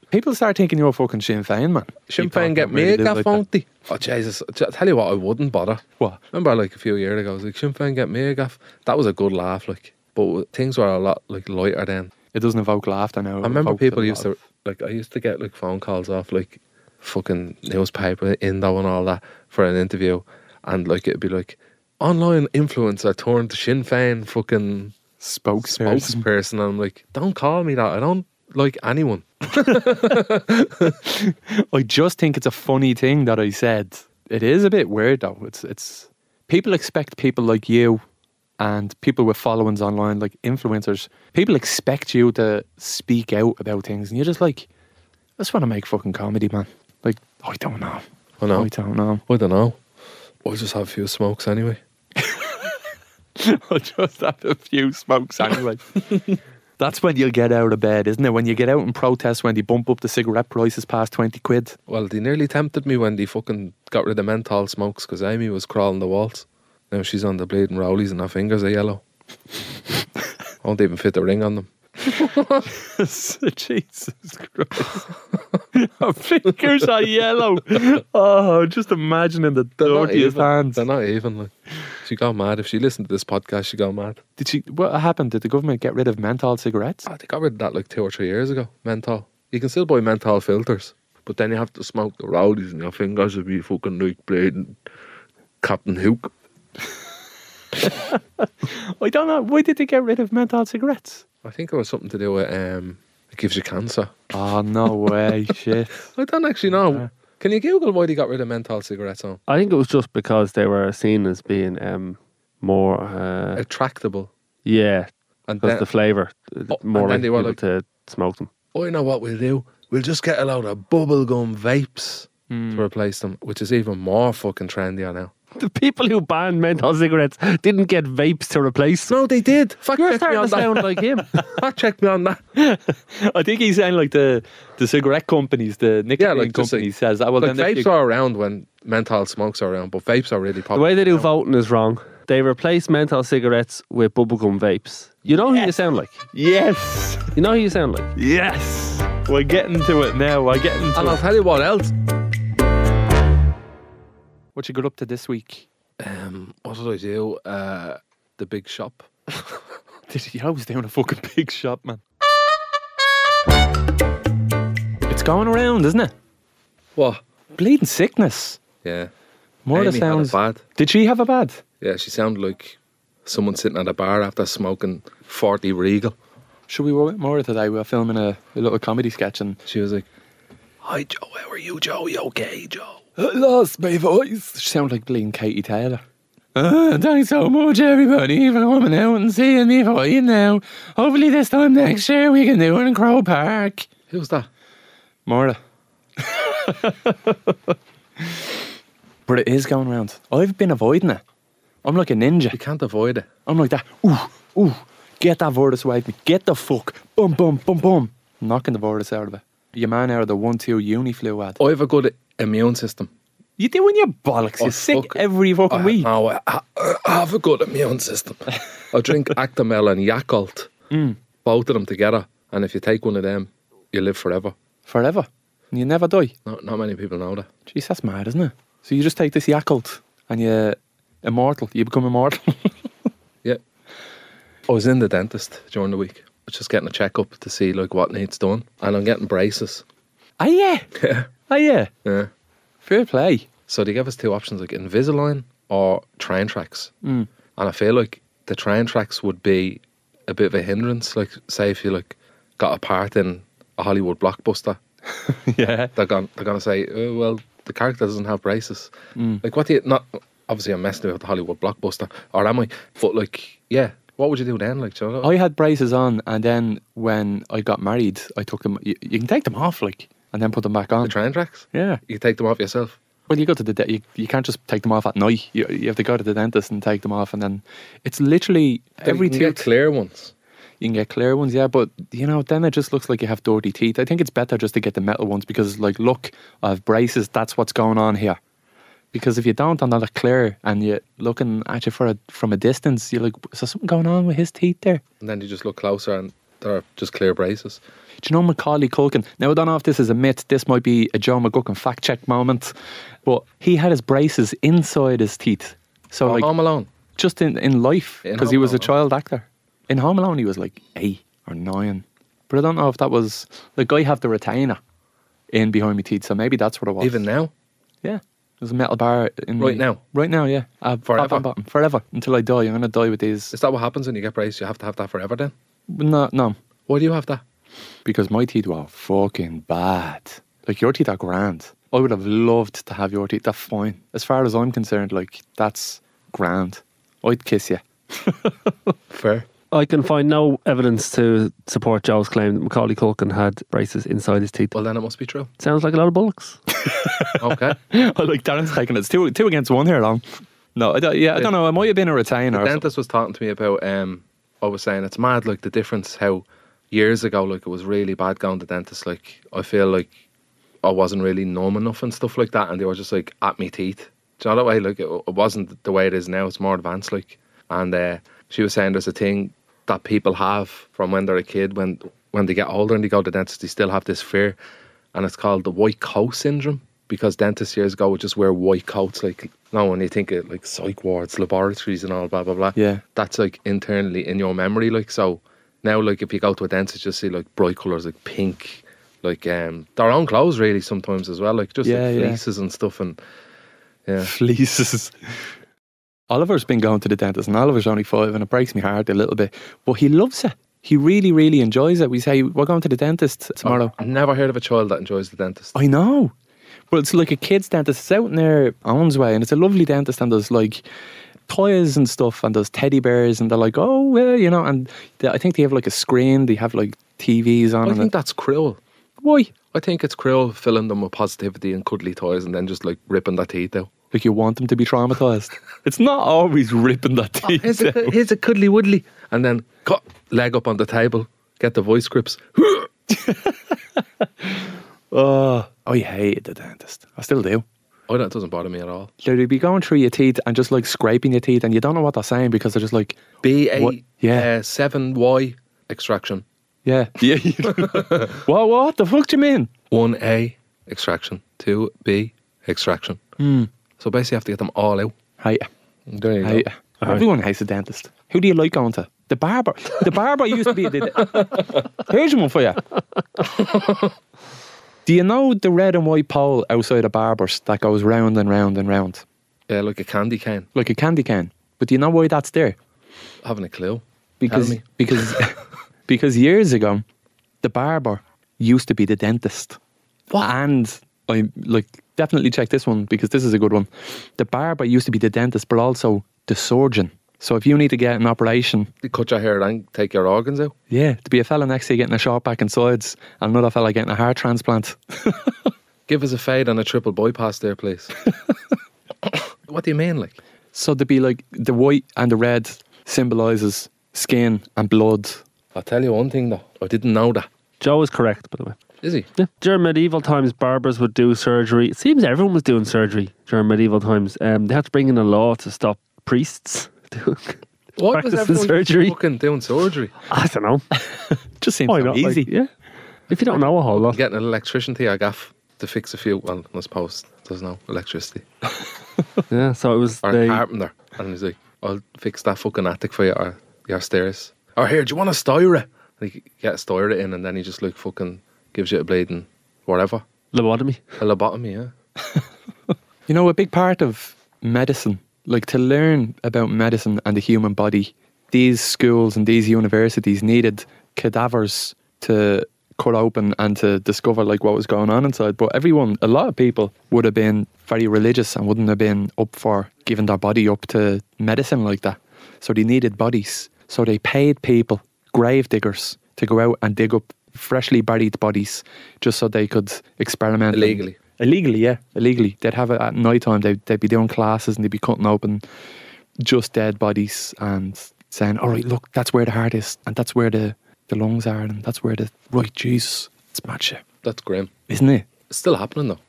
Speaker 3: People start thinking you're fucking Sinn Fein, man.
Speaker 4: Sinn
Speaker 3: You can't
Speaker 4: Féin get me
Speaker 3: really
Speaker 4: a
Speaker 3: live
Speaker 4: gaff,
Speaker 3: like
Speaker 4: won't they? Oh, Jesus. I tell you what, I wouldn't bother.
Speaker 3: that. What?
Speaker 4: Remember, like, a few years ago, I was like, Sinn Féin get me a gaff. That was a good laugh, like. But things were a lot, like, lighter then.
Speaker 3: It doesn't evoke laughter now. it
Speaker 4: I remember
Speaker 3: evokes
Speaker 4: people
Speaker 3: a lot
Speaker 4: used
Speaker 3: of-
Speaker 4: to like I used to get like phone calls off like fucking newspaper Indo and all that for an interview and like it'd be like online influencer turned Sinn Fein fucking
Speaker 3: spokesperson.
Speaker 4: spokesperson and I'm like, Don't call me that. I don't like anyone.
Speaker 3: I just think it's a funny thing that I said. It is a bit weird though. It's it's people expect people like you and people with followings online, like influencers, people expect you to speak out about things, and you're just like, I just want to make fucking comedy, man. Like I don't know.
Speaker 4: I know.
Speaker 3: I don't know.
Speaker 4: I don't know. We'll just have a few smokes anyway.
Speaker 3: I just have a few smokes anyway. That's when you'll get out of bed, isn't it? When you get out and protest when they bump up the cigarette prices past 20 quid.
Speaker 4: Well, they nearly tempted me when they fucking got rid of menthol smokes because Amy was crawling the walls. Now she's on the bleeding rollies and her fingers are yellow. Won't even fit the ring on them.
Speaker 3: Jesus Christ. Our fingers are yellow. Oh, just imagining the
Speaker 4: not
Speaker 3: dirtiest
Speaker 4: even.
Speaker 3: hands.
Speaker 4: They're not even. Like, she go mad. If she listened to this podcast, she go mad.
Speaker 3: Did she, what happened? Did the government get rid of menthol cigarettes?
Speaker 4: Oh, they got rid of that like two or three years ago. Menthol. You can still buy menthol filters, but then you have to smoke the rollies in your fingers if you fucking like bleeding Captain Hook.
Speaker 3: I don't know. Why did they get rid of menthol cigarettes?
Speaker 4: I think it was something to do with um, it gives you cancer.
Speaker 3: Oh, no way. Shit.
Speaker 4: I don't actually know.
Speaker 3: Yeah.
Speaker 4: Can you Google why they got rid of menthol cigarettes on?
Speaker 5: I think it was just because they were seen as being um, more, uh,
Speaker 4: Attractable.
Speaker 5: yeah,
Speaker 4: And
Speaker 5: because
Speaker 4: then,
Speaker 5: the flavour, uh,
Speaker 4: Oh,
Speaker 5: more
Speaker 4: and then they
Speaker 5: people
Speaker 4: were
Speaker 5: to smoke them.
Speaker 4: oh, you know what we'll do? We'll just get a load of bubblegum vapes to replace them, which is even more fucking trendier now.
Speaker 5: The people who banned menthol cigarettes didn't get vapes to replace them.
Speaker 4: No, they did. Fact
Speaker 5: You're
Speaker 4: check me
Speaker 5: starting
Speaker 4: on
Speaker 5: to sound
Speaker 4: that.
Speaker 5: like him.
Speaker 4: Fact check me on that.
Speaker 3: I think he's saying like the, the cigarette companies, the nicotine
Speaker 4: like, just
Speaker 3: company
Speaker 4: like-
Speaker 3: says that. Well,
Speaker 4: Like
Speaker 3: then if
Speaker 4: vapes
Speaker 3: you-
Speaker 4: are around when menthol smokes are around, but vapes are really
Speaker 5: The
Speaker 4: popular.
Speaker 5: way they do voting is wrong. They replace menthol cigarettes with bubblegum vapes. You know who you sound like.
Speaker 3: yes.
Speaker 5: You know who you sound like.
Speaker 3: Yes. We're getting to it now. We're getting
Speaker 4: and
Speaker 3: to
Speaker 4: I'll
Speaker 3: it.
Speaker 4: tell you what else.
Speaker 3: What you got up to this week?
Speaker 4: Um, what did I do? Uh, the big shop.
Speaker 3: Did you always down a fucking big shop, man? It's going around, isn't it?
Speaker 4: What?
Speaker 3: Bleeding sickness.
Speaker 4: Yeah.
Speaker 3: More
Speaker 4: Amy
Speaker 3: of the sounds.
Speaker 4: had it bad.
Speaker 3: Did she have a bad?
Speaker 4: Yeah, she sounded like someone sitting at a bar after smoking 40 Regal.
Speaker 3: Should we work more today? We were filming a, a little comedy sketch and
Speaker 4: She was like, Hi, Joe. How are you, Joe? You okay, Joe?
Speaker 3: At last, my voice. She sounded like bleeding Katie Taylor. Uh, thanks so much, everybody, for coming out and seeing me for you now. Hopefully, this time next year we can do it in Crow Park.
Speaker 4: Who's that?
Speaker 3: Mora. but it is going round. I've been avoiding it. I'm like a
Speaker 4: You
Speaker 3: ninja.
Speaker 4: can't avoid it.
Speaker 3: I'm like that. Ooh, ooh. Get that vortex away from me. Get the fuck. Boom, boom, boom, boom. Knocking the vortex out of it. Your man out of the 1 2 uni flu ad.
Speaker 4: I have a good immune system.
Speaker 3: You're doing your bollocks.
Speaker 4: Oh,
Speaker 3: You're sick
Speaker 4: fuck.
Speaker 3: every fucking
Speaker 4: I,
Speaker 3: week.
Speaker 4: no, I, I- I have a good immune system. I drink Actimel and Yakult, both of them together. And if you take one of them, you live forever.
Speaker 3: forever. And you never die.
Speaker 4: Not, not many people know that.
Speaker 3: Jeez, that's mad, isn't it? So you just take this Yakult and you're immortal. You become immortal.
Speaker 4: Yeah. I was in the dentist during the week. I was just getting a checkup to see like what needs done. And I'm getting braces.
Speaker 3: ah, yeah.
Speaker 4: Yeah.
Speaker 3: Ah, yeah.
Speaker 4: Yeah.
Speaker 3: Fair play.
Speaker 4: So they gave us two options like Invisalign or train tracks. Mm. And I feel like the train tracks would be a bit of a hindrance. Like, say, if you like got a part in a Hollywood blockbuster,
Speaker 3: Yeah.
Speaker 4: they're going they're going to say, oh, well, the character doesn't have braces.
Speaker 3: Mm.
Speaker 4: Like, what do you not? Obviously, I'm messing with the Hollywood blockbuster, or am I? But like, yeah, what would you do then? Like, do you know,
Speaker 3: I had braces on, and then when I got married, I took them. You, you can take them off, like, and then put them back
Speaker 4: the
Speaker 3: on.
Speaker 4: train tracks.
Speaker 3: Yeah.
Speaker 4: You take them off yourself.
Speaker 3: Well, you go to the de- you, you can't just take them off at night. You, you have to go to the dentist and take them off, and then it's literally
Speaker 4: Then
Speaker 3: every
Speaker 4: you can get
Speaker 3: tooth.
Speaker 4: clear ones.
Speaker 3: You can get clear ones, yeah, but you know, then it just looks like you have dirty teeth. I think it's better just to get the metal ones because, like, look, I have braces. That's what's going on here. Because if you don't, and they look clear, and you're looking at you for a, from a distance, you're like, is there something going on with his teeth there?
Speaker 4: And then you just look closer, and they're just clear braces.
Speaker 3: Do you know Macaulay Culkin? Now, I don't know if this is a myth. This might be a Joe McGuckin fact check moment, but he had his braces inside his teeth. So, like,
Speaker 4: Home Alone.
Speaker 3: just in, in life
Speaker 4: In
Speaker 3: because he
Speaker 4: Home
Speaker 3: was a
Speaker 4: Alone.
Speaker 3: child actor. In Home Alone, he was like eight or nine, but I don't know if that was like I have the retainer in behind my teeth, so maybe that's what it was.
Speaker 4: Even now,
Speaker 3: yeah, there's a metal bar in
Speaker 4: Right
Speaker 3: my-
Speaker 4: now?
Speaker 3: Right now, yeah, uh, top
Speaker 4: Forever?
Speaker 3: and bottom. forever until I die. I'm gonna die with these.
Speaker 4: Is that what happens when you get braces? You have to have that forever then?
Speaker 3: No, no,
Speaker 4: Why do you have that?
Speaker 3: because my teeth were fucking bad. Like your teeth are grand. I would have loved to have your teeth. That's fine. As far as I'm concerned, like that's grand. I'd kiss you.
Speaker 4: Fair.
Speaker 5: I can find no evidence to support Joe's claim that Macaulay Culkin had braces inside his teeth.
Speaker 4: Well, then it must be true.
Speaker 5: Sounds like a lot of bollocks.
Speaker 4: Okay.
Speaker 3: I like Darren's taking it. It's two, two against one here, long. No, I don't, yeah, I don't know. It might have been a retainer.
Speaker 4: the
Speaker 3: Or something.
Speaker 4: dentist was talking to me about, um, I was saying it's mad, like the difference how years ago, like it was really bad going to dentists. Like I feel like I wasn't really numb enough and stuff like that, and they were just like at me teeth. Do you know that way? Like it, it wasn't the way it is now. It's more advanced. Like, and uh, she was saying there's a thing that people have from when they're a kid, when when they get older and they go to dentists, they still have this fear, and it's called the white coat syndrome. Because dentists years ago would just wear white coats, like no one. You think of like psych wards, laboratories, and all blah blah blah
Speaker 3: Yeah.
Speaker 4: that's like internally in your memory. Like so now, like if you go to a dentist, you see like bright colors, like pink, like um their own clothes really sometimes as well, like just
Speaker 3: Yeah,
Speaker 4: like
Speaker 3: yeah.
Speaker 4: fleeces and stuff. And yeah,
Speaker 3: Fleeces. Oliver's been going to the dentist, and Oliver's only five, and it breaks my heart a little bit. But he loves it. He really, really enjoys it. We say we're going to the dentist tomorrow.
Speaker 4: I've never heard of a child that enjoys the dentist.
Speaker 3: I know. Well, it's like a kid's dentist. It's out near Owens Way, and it's a lovely dentist, and there's like toys and stuff, and there's teddy bears, and they're like, oh, well, you know, and they, I think they have like a screen, they have like TVs on.
Speaker 4: I
Speaker 3: and
Speaker 4: think
Speaker 3: it-
Speaker 4: that's cruel.
Speaker 3: why?
Speaker 4: I think it's cruel filling them with positivity and cuddly toys and then just like ripping their teeth out.
Speaker 3: Like you want them to be traumatized. it's not always ripping that teeth.
Speaker 4: Here's a, cu- here's a cuddly woodly. And then cut, leg up on the table, get the voice grips.
Speaker 3: Oh, I hated the dentist. I still do.
Speaker 4: Oh, that doesn't bother me at all.
Speaker 3: Like, They'd be going through your teeth and just like scraping your teeth, and you don't know what they're saying because they're just like,
Speaker 4: B
Speaker 3: What?
Speaker 4: A
Speaker 3: Yeah.
Speaker 4: uh, 7Y extraction.
Speaker 3: yeah, yeah. what, what the fuck do you mean?
Speaker 4: One A extraction, two B extraction. So basically, you have to get them all out.
Speaker 3: Hey,
Speaker 4: Hmm. There you
Speaker 3: hey,
Speaker 4: go.
Speaker 3: everyone hates a dentist. Who do you like going to? The barber. The barber used to be. The, here's one for you. do you know the red and white pole outside a barber's that goes round and round and round
Speaker 4: Yeah, like a candy cane.
Speaker 3: like a candy cane? But do you know why that's there?
Speaker 4: Having a clue.
Speaker 3: because
Speaker 4: me.
Speaker 3: because because years ago, the barber used to be the dentist. What? And I like definitely check this one because this is a good one. The barber used to be the dentist, but also the surgeon. So if you need to get an operation,
Speaker 4: They cut your hair and take your organs out.
Speaker 3: yeah, to be a fella next to you getting a shot back and sides, and another fella getting a heart transplant.
Speaker 4: Give us a fade and a triple bypass there, please. what do you mean, like?
Speaker 3: So to be like the white and the red symbolizes skin and blood.
Speaker 4: I'll tell you one thing though. I didn't know that.
Speaker 5: Joe is correct, by the way.
Speaker 4: Is he?
Speaker 5: Yeah. During medieval times, barbers would do surgery. It seems everyone was doing surgery during medieval times. Um, they had to bring in a law to stop priests doing.
Speaker 4: What
Speaker 5: Practicing surgery.
Speaker 4: fucking doing surgery?
Speaker 5: I don't know.
Speaker 3: Just seems
Speaker 5: Why
Speaker 3: so
Speaker 5: not? Like,
Speaker 3: easy.
Speaker 5: yeah. If you don't know a whole lot,
Speaker 4: Getting an electrician to your gaff to fix a few. Well, I suppose there's no electricity.
Speaker 5: yeah. So it was
Speaker 4: or
Speaker 5: they,
Speaker 4: a carpenter. And he's like, I'll fix that fucking attic for you or your stairs. Or here, do you want a styra? And he get a styra in and then he just like fucking gives you a bleeding whatever.
Speaker 5: lobotomy.
Speaker 4: A lobotomy, yeah.
Speaker 3: You know, a big part of medicine, like to learn about medicine and the human body, these schools and these universities needed cadavers to cut open and to discover like what was going on inside. But everyone, a lot of people would have been very religious and wouldn't have been up for giving their body up to medicine like that. So they needed bodies. So they paid people, grave diggers, to go out and dig up freshly buried bodies just so they could experiment and-
Speaker 4: Illegally.
Speaker 3: Illegally, yeah, illegally. They'd have it at night time. They'd, they'd be doing classes and they'd be cutting open just dead bodies and saying, all right, look, that's where the heart is and that's where the, the lungs are and that's where the, right, Jesus, it's mad shit.
Speaker 4: That's grim.
Speaker 3: Isn't it?
Speaker 4: It's still happening though.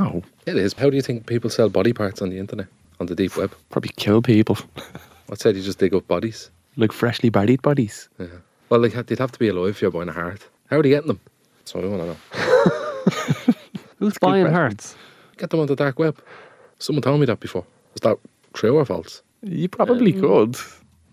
Speaker 3: No.
Speaker 4: It is. How do you think people sell body parts on the internet? On the deep web?
Speaker 3: Probably kill people.
Speaker 4: What said you just dig up bodies?
Speaker 3: like freshly buried bodies.
Speaker 4: Yeah. Well, like, they'd have to be alive if you're buying a heart. How are they getting them? That's what I want to know.
Speaker 5: Who's buying hearts?
Speaker 4: Get them on the dark web. Someone told me that before. Is that true or false?
Speaker 3: You probably could.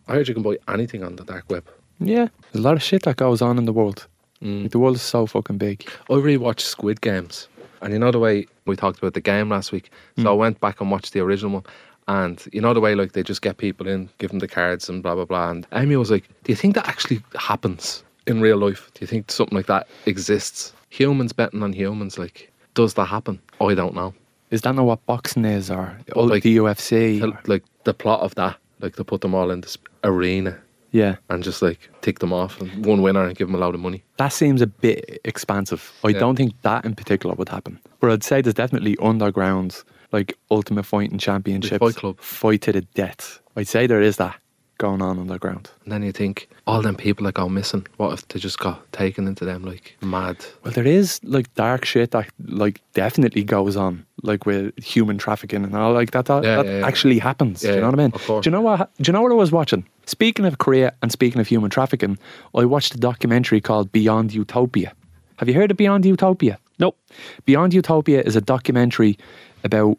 Speaker 4: I heard you can buy anything on the dark web.
Speaker 3: Yeah. There's a lot of shit that goes on in the world. Like, the world is so fucking big.
Speaker 4: I rewatched Squid Games, and you know the way we talked about the game last week. So I went back and watched the original one, and you know the way like they just get people in, give them the cards, and blah blah blah. And Amy was like, "Do you think that actually happens in real life? Do you think something like that exists? Humans betting on humans, like, does that happen? I don't know.
Speaker 3: Is that not what boxing is or all
Speaker 4: like-
Speaker 3: the UFC?
Speaker 4: Tell- Like the plot of that, like to put them all in this arena
Speaker 3: yeah.
Speaker 4: and just like tick them off and one winner and give them a load of money.
Speaker 3: That seems a bit expansive. I
Speaker 4: Yeah.
Speaker 3: don't think that in particular would happen. But I'd say there's definitely underground, like Ultimate Fighting Championships.
Speaker 4: Fight Club.
Speaker 3: Fight to the death. I'd say there is that. going on underground.
Speaker 4: And then you think, all them people that go missing, what if they just got taken into them like mad?
Speaker 3: Well, there is like dark shit that like definitely goes on, like with human trafficking and all like that. That,
Speaker 4: Yeah,
Speaker 3: that
Speaker 4: yeah, yeah.
Speaker 3: actually happens. do
Speaker 4: Yeah,
Speaker 3: you know what I mean?
Speaker 4: of course.
Speaker 3: Do you know what? Do you know what I was watching? Speaking of Korea and speaking of human trafficking, I watched a documentary called Beyond Utopia. Have you heard of Beyond Utopia?
Speaker 5: Nope.
Speaker 3: Beyond Utopia is a documentary about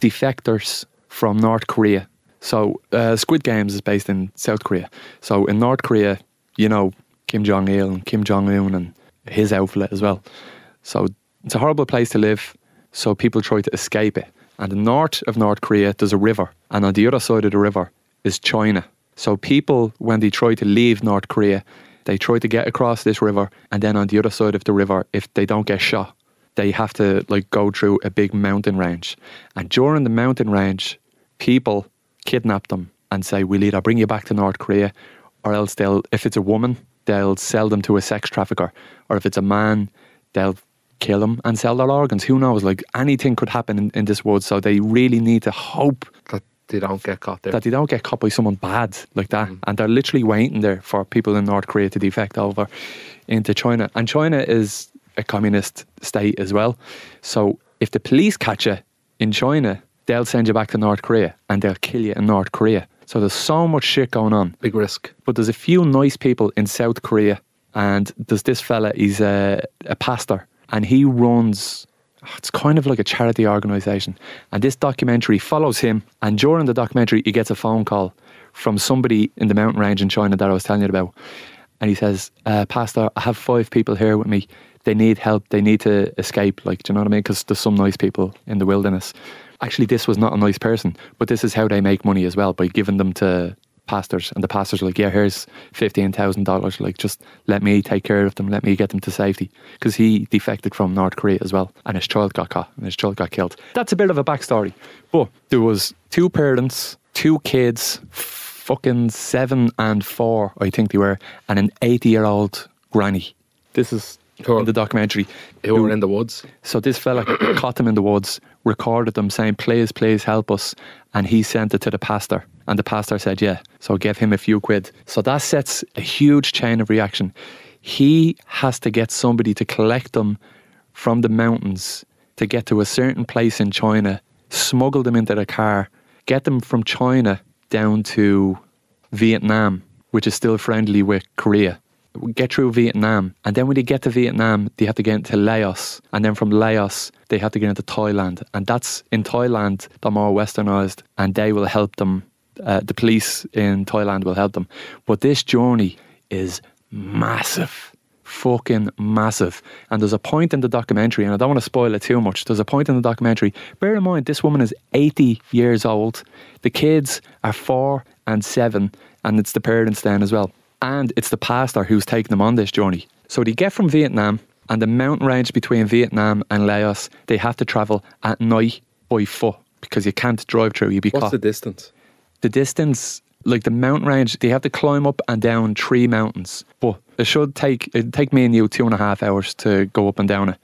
Speaker 3: defectors from North Korea. So, uh, Squid Games is based in South Korea. So, in North Korea, you know Kim Jong il and Kim Jong un and his outfit as well. So, it's a horrible place to live. So, people try to escape it. And the north of North Korea, there's a river. And on the other side of the river is China. So, people, when they try to leave North Korea, they try to get across this river. And then on the other side of the river, if they don't get shot, they have to like go through a big mountain range. And during the mountain range, people kidnap them and say, We'll either bring you back to North Korea or else they'll if it's a woman, they'll sell them to a sex trafficker. Or if it's a man, they'll kill them and sell their organs. Who knows? Like anything could happen in, in this world. So they really need to hope
Speaker 4: That they don't get caught there.
Speaker 3: that they don't get caught by someone bad like that. And they're literally waiting there for people in North Korea to defect over into China. And China is a communist state as well. So if the police catch you in China, they'll send you back to North Korea and they'll kill you in North Korea. So there's so much shit going on
Speaker 4: Big risk.
Speaker 3: but there's a few nice people in South Korea, and there's this fella. He's a, a pastor, and he runs. ah, It's kind of like a charity organization, and this documentary follows him. And during the documentary, he gets a phone call from somebody in the mountain range in China that I was telling you about, and he says, uh, "Pastor, I have five people here with me. They need help. They need to escape. Like, do you know what I mean? Because there's some nice people in the wilderness." Actually, this was not a nice person, but this is how they make money as well by giving them to pastors and the pastors are like yeah here's $15000 like just let me take care of them let me get them to safety because he defected from north korea as well and his child got caught and his child got killed that's a bit of a backstory but there was two parents two kids fucking seven and four i think they were and an 80 year old granny this is
Speaker 4: Who are-
Speaker 3: in the documentary
Speaker 4: Who Oh. were in the woods?
Speaker 3: so this fella caught them in the woods, recorded them saying, please, please help us. And he sent it to the pastor. And the pastor said, yeah. So give him a few quid. So that sets a huge chain of reaction. He has to get somebody to collect them from the mountains to get to a certain place in China, smuggle them into the car, get them from China down to Vietnam, which is still friendly with Korea. Get through Vietnam, and then when they get to Vietnam, they have to get into Laos, and then from Laos, they have to get into Thailand, and that's in Thailand they're more westernized, and they will help them. Uh, the police in Thailand will help them, but this journey is massive fucking massive. And there's a point in the documentary, and I don't want to spoil it too much. There's a point in the documentary. Bear in mind, this woman is 80 years old. The kids are four and seven, and it's the parents then as well. And it's the pastor who's taking them on this journey. So they get from Vietnam, and the mountain range between Vietnam and Laos, they have to travel at night by foot because you can't drive through. You'd be
Speaker 4: What's
Speaker 3: caught
Speaker 4: the distance?
Speaker 3: the distance, like the mountain range, they have to climb up and down three mountains. But it should take it take me and you two and a half hours to go up and down it.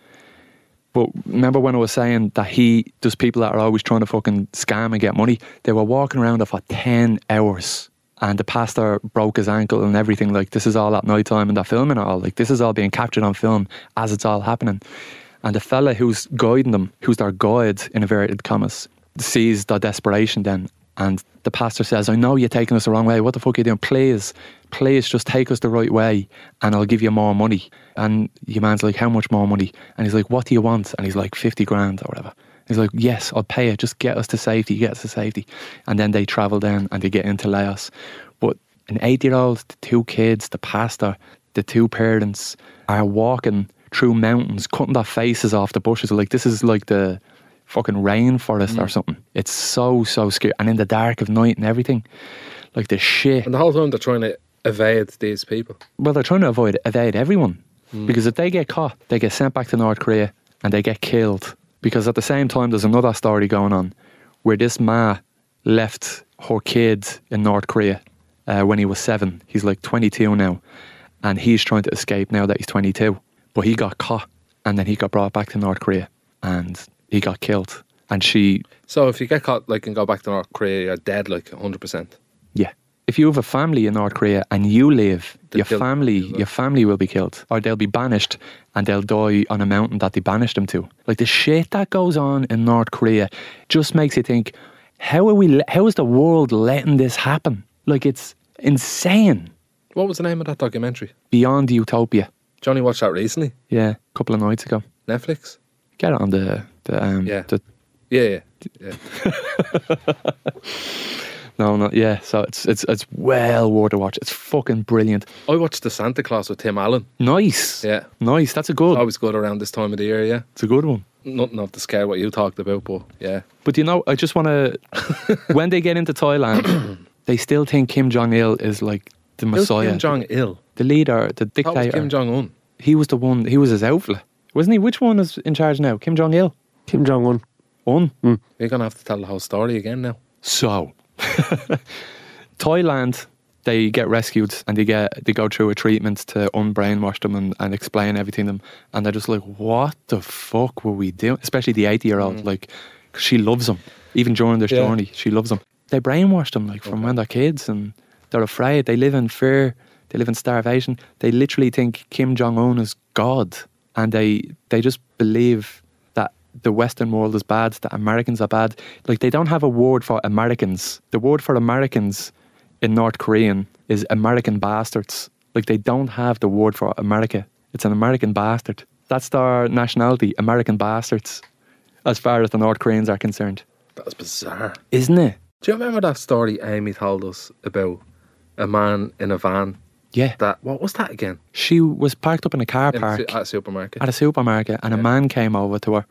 Speaker 3: But remember when I was saying that he, there's people that are always trying to fucking scam and get money. They were walking around there for 10 hours and the pastor broke his ankle and everything. Like, this is all at night time and they're filming it all. Like, this is all being captured on film as it's all happening. And the fella who's guiding them, who's their guide in inverted commas, sees their desperation then. And the pastor says, I know you're taking us the wrong way. What the fuck are you doing? Please, please just take us the right way and I'll give you more money. And your man's like, How much more money? And he's like, What do you want? And he's like, 50 grand or whatever. He's like, Yes, I'll pay it. Just get us to safety. Get us to safety. And then they travel down and they get into Laos. But an eight year old, the two kids, the pastor, the two parents are walking through mountains, cutting their faces off the bushes. Like, this is like the fucking rainforest or something. It's so, so scary. And in the dark of night and everything. Like the shit
Speaker 4: And the whole time they're trying to evade these people.
Speaker 3: well, they're trying to avoid evade everyone because if they get caught, they get sent back to North Korea and they get killed. Because at the same time, there's another story going on where this ma left her kid in North Korea uh, when he was seven. He's like 22 now, and he's trying to escape now that he's 22. But he got caught, and then he got brought back to North Korea, and he got killed. And she,
Speaker 4: So if you get caught, like, and go back to North Korea, you're dead, like, 100%.
Speaker 3: yeah, if you have a family in North Korea and you leave,
Speaker 4: They'll
Speaker 3: your
Speaker 4: kill them
Speaker 3: family,
Speaker 4: as well.
Speaker 3: your family will be killed, or they'll be banished, and they'll die on a mountain that they banished them to. Like the shit that goes on in North Korea just makes you think, how are we? le- How is the world letting this happen? Like it's insane.
Speaker 4: What was the name of that documentary?
Speaker 3: Beyond Utopia.
Speaker 4: Johnny watched that recently.
Speaker 3: Yeah, a couple of nights ago.
Speaker 4: Netflix.
Speaker 3: Get it on the the um
Speaker 4: Yeah.
Speaker 3: the
Speaker 4: Yeah, yeah, yeah.
Speaker 3: no not yeah. So it's it's it's well worth a watch. It's fucking brilliant.
Speaker 4: I watched the Santa Claus with Tim Allen.
Speaker 3: Nice.
Speaker 4: Yeah, Oh.
Speaker 3: Nice. That's a good.
Speaker 4: always good around this time of the year. Yeah,
Speaker 3: It's a good one.
Speaker 4: nothing off the scale what you talked about, but yeah,
Speaker 3: But you know, I just want to. when they get into Thailand, they still think Kim Jong Il is like the
Speaker 4: Who's
Speaker 3: Messiah, uh,
Speaker 4: Kim Jong Il.
Speaker 3: the leader, the
Speaker 4: That was
Speaker 3: dictator.
Speaker 4: Kim Jong Un.
Speaker 3: he was the one. He was his outfit, wasn't he? Which one is in charge now? Kim Jong Il.
Speaker 5: Kim Jong Un.
Speaker 3: One.
Speaker 4: You're gonna have to tell the whole story again now.
Speaker 3: So, Thailand, they get rescued and they get they go through a treatment to unbrainwash them and, and explain everything to them, and they're just like, what the fuck were we doing? Especially the eighty year old, like, 'cause she loves them. Even during their
Speaker 4: Mm. Yeah.
Speaker 3: journey, she loves them. They brainwash them like from when they're kids, and they're afraid. They live in fear. They live in starvation. They literally think Kim Jong Un is God, and they they just believe that the Western world is bad, that Americans are bad. Like they don't have a word for Americans. The word for Americans in North Korean is American bastards. Like they don't have the word for America. It's an American bastard. That's their nationality, American bastards, as far as the North Koreans are concerned.
Speaker 4: That's bizarre.
Speaker 3: Isn't it?
Speaker 4: Do you remember that story Amy told us about a man in a van
Speaker 3: Yeah.
Speaker 4: that what was that again?
Speaker 3: She was parked up in a car
Speaker 4: In a
Speaker 3: park
Speaker 4: su- at a supermarket.
Speaker 3: at a supermarket and a man came over to her.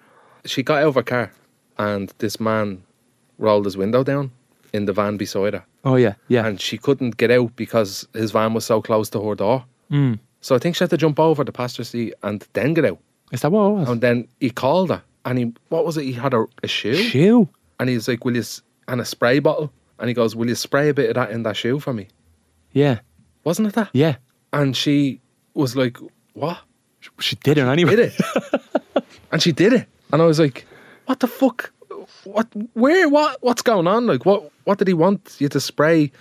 Speaker 4: she got out of her car and this man rolled his window down in the van beside her
Speaker 3: Oh, yeah, yeah.
Speaker 4: and she couldn't get out because his van was so close to her door.
Speaker 3: Hmm.
Speaker 4: Mm. So I think she had to jump over the passenger seat and then get out.
Speaker 3: Is that what it was?
Speaker 4: And then he called her and he what was it? He had a, a shoe
Speaker 3: Shoe.
Speaker 4: and he's like, "Will you?" s- And a spray bottle and he goes, "Will you spray a bit of that in that shoe for me?"
Speaker 3: Yeah,
Speaker 4: Wasn't it that?
Speaker 3: yeah.
Speaker 4: And she was like, "What?"
Speaker 3: She did it anyway.
Speaker 4: did it. and she did it. And I was like, what the fuck? What where what what's going on? Like what what did he want you to spray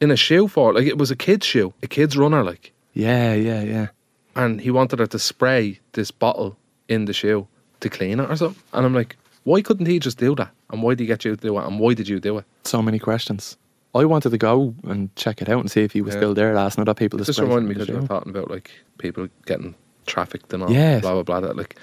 Speaker 4: in a shoe for? Like it was a kid's shoe, a kid's runner like.
Speaker 3: Yeah, yeah, yeah.
Speaker 4: And he wanted her to spray this bottle in the shoe to clean it or something. And I'm like, why couldn't he just do that? And why did he get you to do it? And why did you do it?
Speaker 3: so many questions. I wanted to go and check it out and see if he was
Speaker 4: Yeah.
Speaker 3: still there asking other people to
Speaker 4: It just
Speaker 3: spray
Speaker 4: reminded me
Speaker 3: something
Speaker 4: because
Speaker 3: to
Speaker 4: you were
Speaker 3: do.
Speaker 4: talking about like people getting trafficked and all
Speaker 3: Yes.
Speaker 4: blah blah blah. That like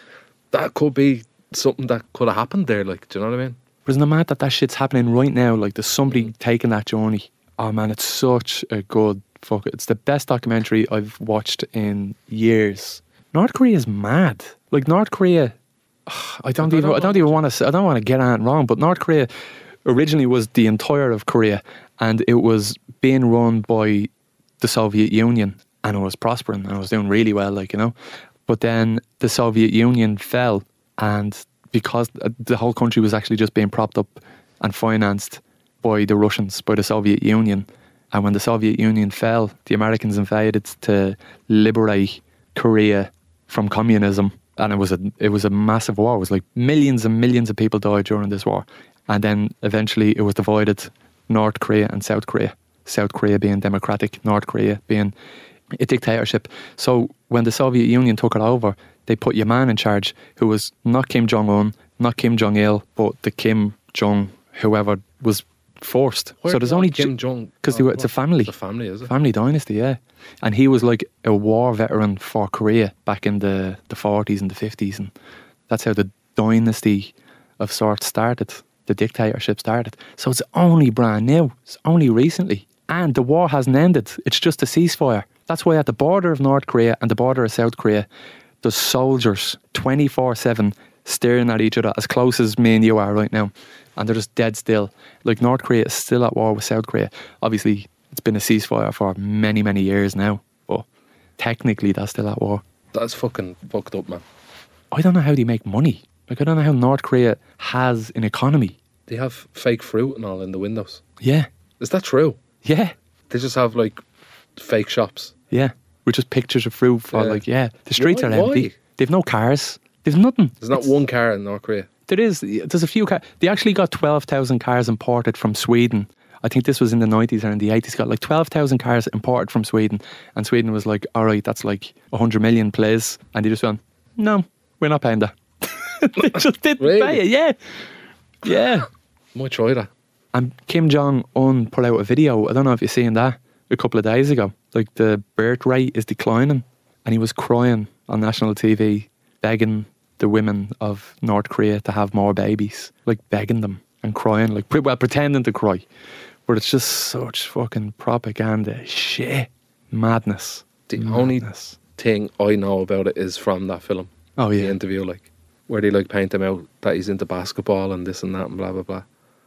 Speaker 4: that could be something that could have happened there, like, do you know what I mean?
Speaker 3: But isn't it mad that that shit's happening right now? Like there's somebody
Speaker 4: Mm.
Speaker 3: taking that journey. Oh man, it's such a good fuck. It's the best documentary I've watched in years. North Korea's mad. Like North Korea, I don't even I don't even want to I don't want to get on it wrong, but North Korea originally was the entire of Korea, and it was being run by the Soviet Union, and it was prospering and it was doing really well, like you know. But then the Soviet Union fell, and because uh, the whole country was actually just being propped up and financed by the Russians, by the Soviet Union, and when the Soviet Union fell, the Americans invaded to liberate Korea from communism, and it was a it was a massive war. It was like millions and millions of people died during this war, and then eventually it was divided: North Korea and South Korea. South Korea being democratic, North Korea being a dictatorship. So when the Soviet Union took it over, they put your man in charge, who was not Kim Jong Un, not Kim Jong Il, but the Kim Jong whoever was forced. so there's only
Speaker 4: Kim
Speaker 3: Ju-
Speaker 4: Jong Oh, uh,
Speaker 3: 'cause they were- it's a family.
Speaker 4: It's a family, is it?
Speaker 3: Family dynasty, yeah. And he was like a war veteran for Korea back in the the forties and the fifties, and that's how the dynasty of sorts started. The dictatorship started. So it's only brand new. It's only recently, and the war hasn't ended. It's just a ceasefire. That's why at the border of North Korea and the border of South Korea, there's soldiers twenty four seven staring at each other as close as me and you are right now. And they're just dead still. Like North Korea is still at war with South Korea. Obviously, it's been a ceasefire for many, many years now, but technically that's still at war.
Speaker 4: That's fucking fucked up, man.
Speaker 3: I don't know how they make money. Like, I don't know how North Korea has an economy.
Speaker 4: They have fake fruit and all in the windows.
Speaker 3: Yeah,
Speaker 4: Is that true?
Speaker 3: yeah,
Speaker 4: They just have like fake shops.
Speaker 3: yeah. We're just pictures of fruit for,
Speaker 4: Yeah.
Speaker 3: like, yeah, the streets
Speaker 4: Why-
Speaker 3: are empty.
Speaker 4: why?
Speaker 3: They've no cars. They've nothing.
Speaker 4: There's not
Speaker 3: It's-
Speaker 4: one car in North Korea.
Speaker 3: There is. There's a few cars. They actually got 12,000 cars imported from Sweden. I think this was in the 90s or in the 80s, got like 12,000 cars imported from Sweden. And Sweden was like, all right, that's like 100 million plays. And they just went, no, we're not paying that. they just didn't pay
Speaker 4: Really?
Speaker 3: it, yeah. Yeah.
Speaker 4: Might try that.
Speaker 3: And Kim Jong Un put out a video. I don't know if you've seen that a couple of days ago. Like the birth rate is declining, and he was crying on national TV, begging the women of North Korea to have more babies, like begging them and crying, like pre- well pretending to cry. But it's just such fucking propaganda shit, madness.
Speaker 4: The only
Speaker 3: madness.
Speaker 4: thing I know about it is from that film.
Speaker 3: oh
Speaker 4: The
Speaker 3: yeah,
Speaker 4: interview, like where they like paint him out that he's into basketball and this and that and blah blah blah.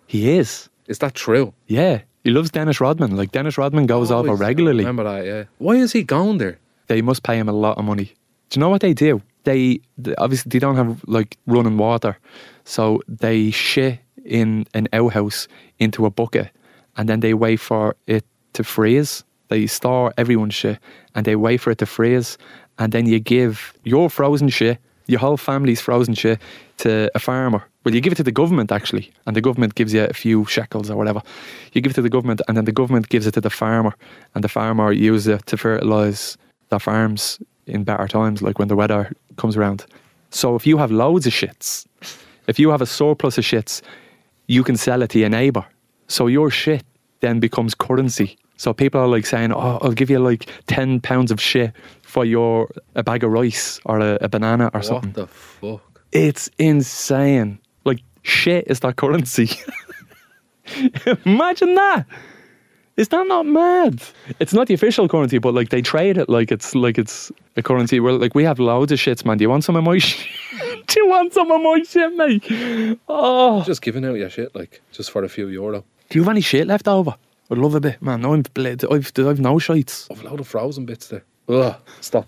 Speaker 3: he is.
Speaker 4: Is that true?
Speaker 3: Yeah, he loves Dennis Rodman. Like Dennis Rodman goes over
Speaker 4: Always
Speaker 3: regularly.
Speaker 4: Remember that? Yeah. Why is he going there?
Speaker 3: they must pay him a lot of money. Do you know what they do? They, th- obviously they don't have like running water, so they shit in an outhouse into a bucket, and then they wait for it to freeze. They store everyone's shit, and they wait for it to freeze, and then you give your frozen shit, your whole family's frozen shit, to a farmer. Well, you give it to the government actually, and the government gives you a few shekels or whatever. You give it to the government, and then the government gives it to the farmer, and the farmer uses it to fertilise their farms in better times, like when the weather comes around. So if you have loads of shits, if you have a surplus of shits, you can sell it to your neighbor. So your shit then becomes currency. So people are like saying, "Oh, I'll give you like ten pounds of shit for your a bag of rice or a, a banana or something."
Speaker 4: What the fuck?
Speaker 3: It's insane. Like shit is that currency. Imagine that. Is that not mad? It's not the official currency, but like they trade it like it's like it's a currency. Well, like we have loads of shits, man. Do you want some of my shit? Do you want some of my shit, mate? Oh,
Speaker 4: Just giving out your shit, like just for a few euro.
Speaker 3: do you have any shit left over? I'd love a bit, man. I'm bled. I've I've no shites.
Speaker 4: I've a load of frozen bits there. Ugh, stop.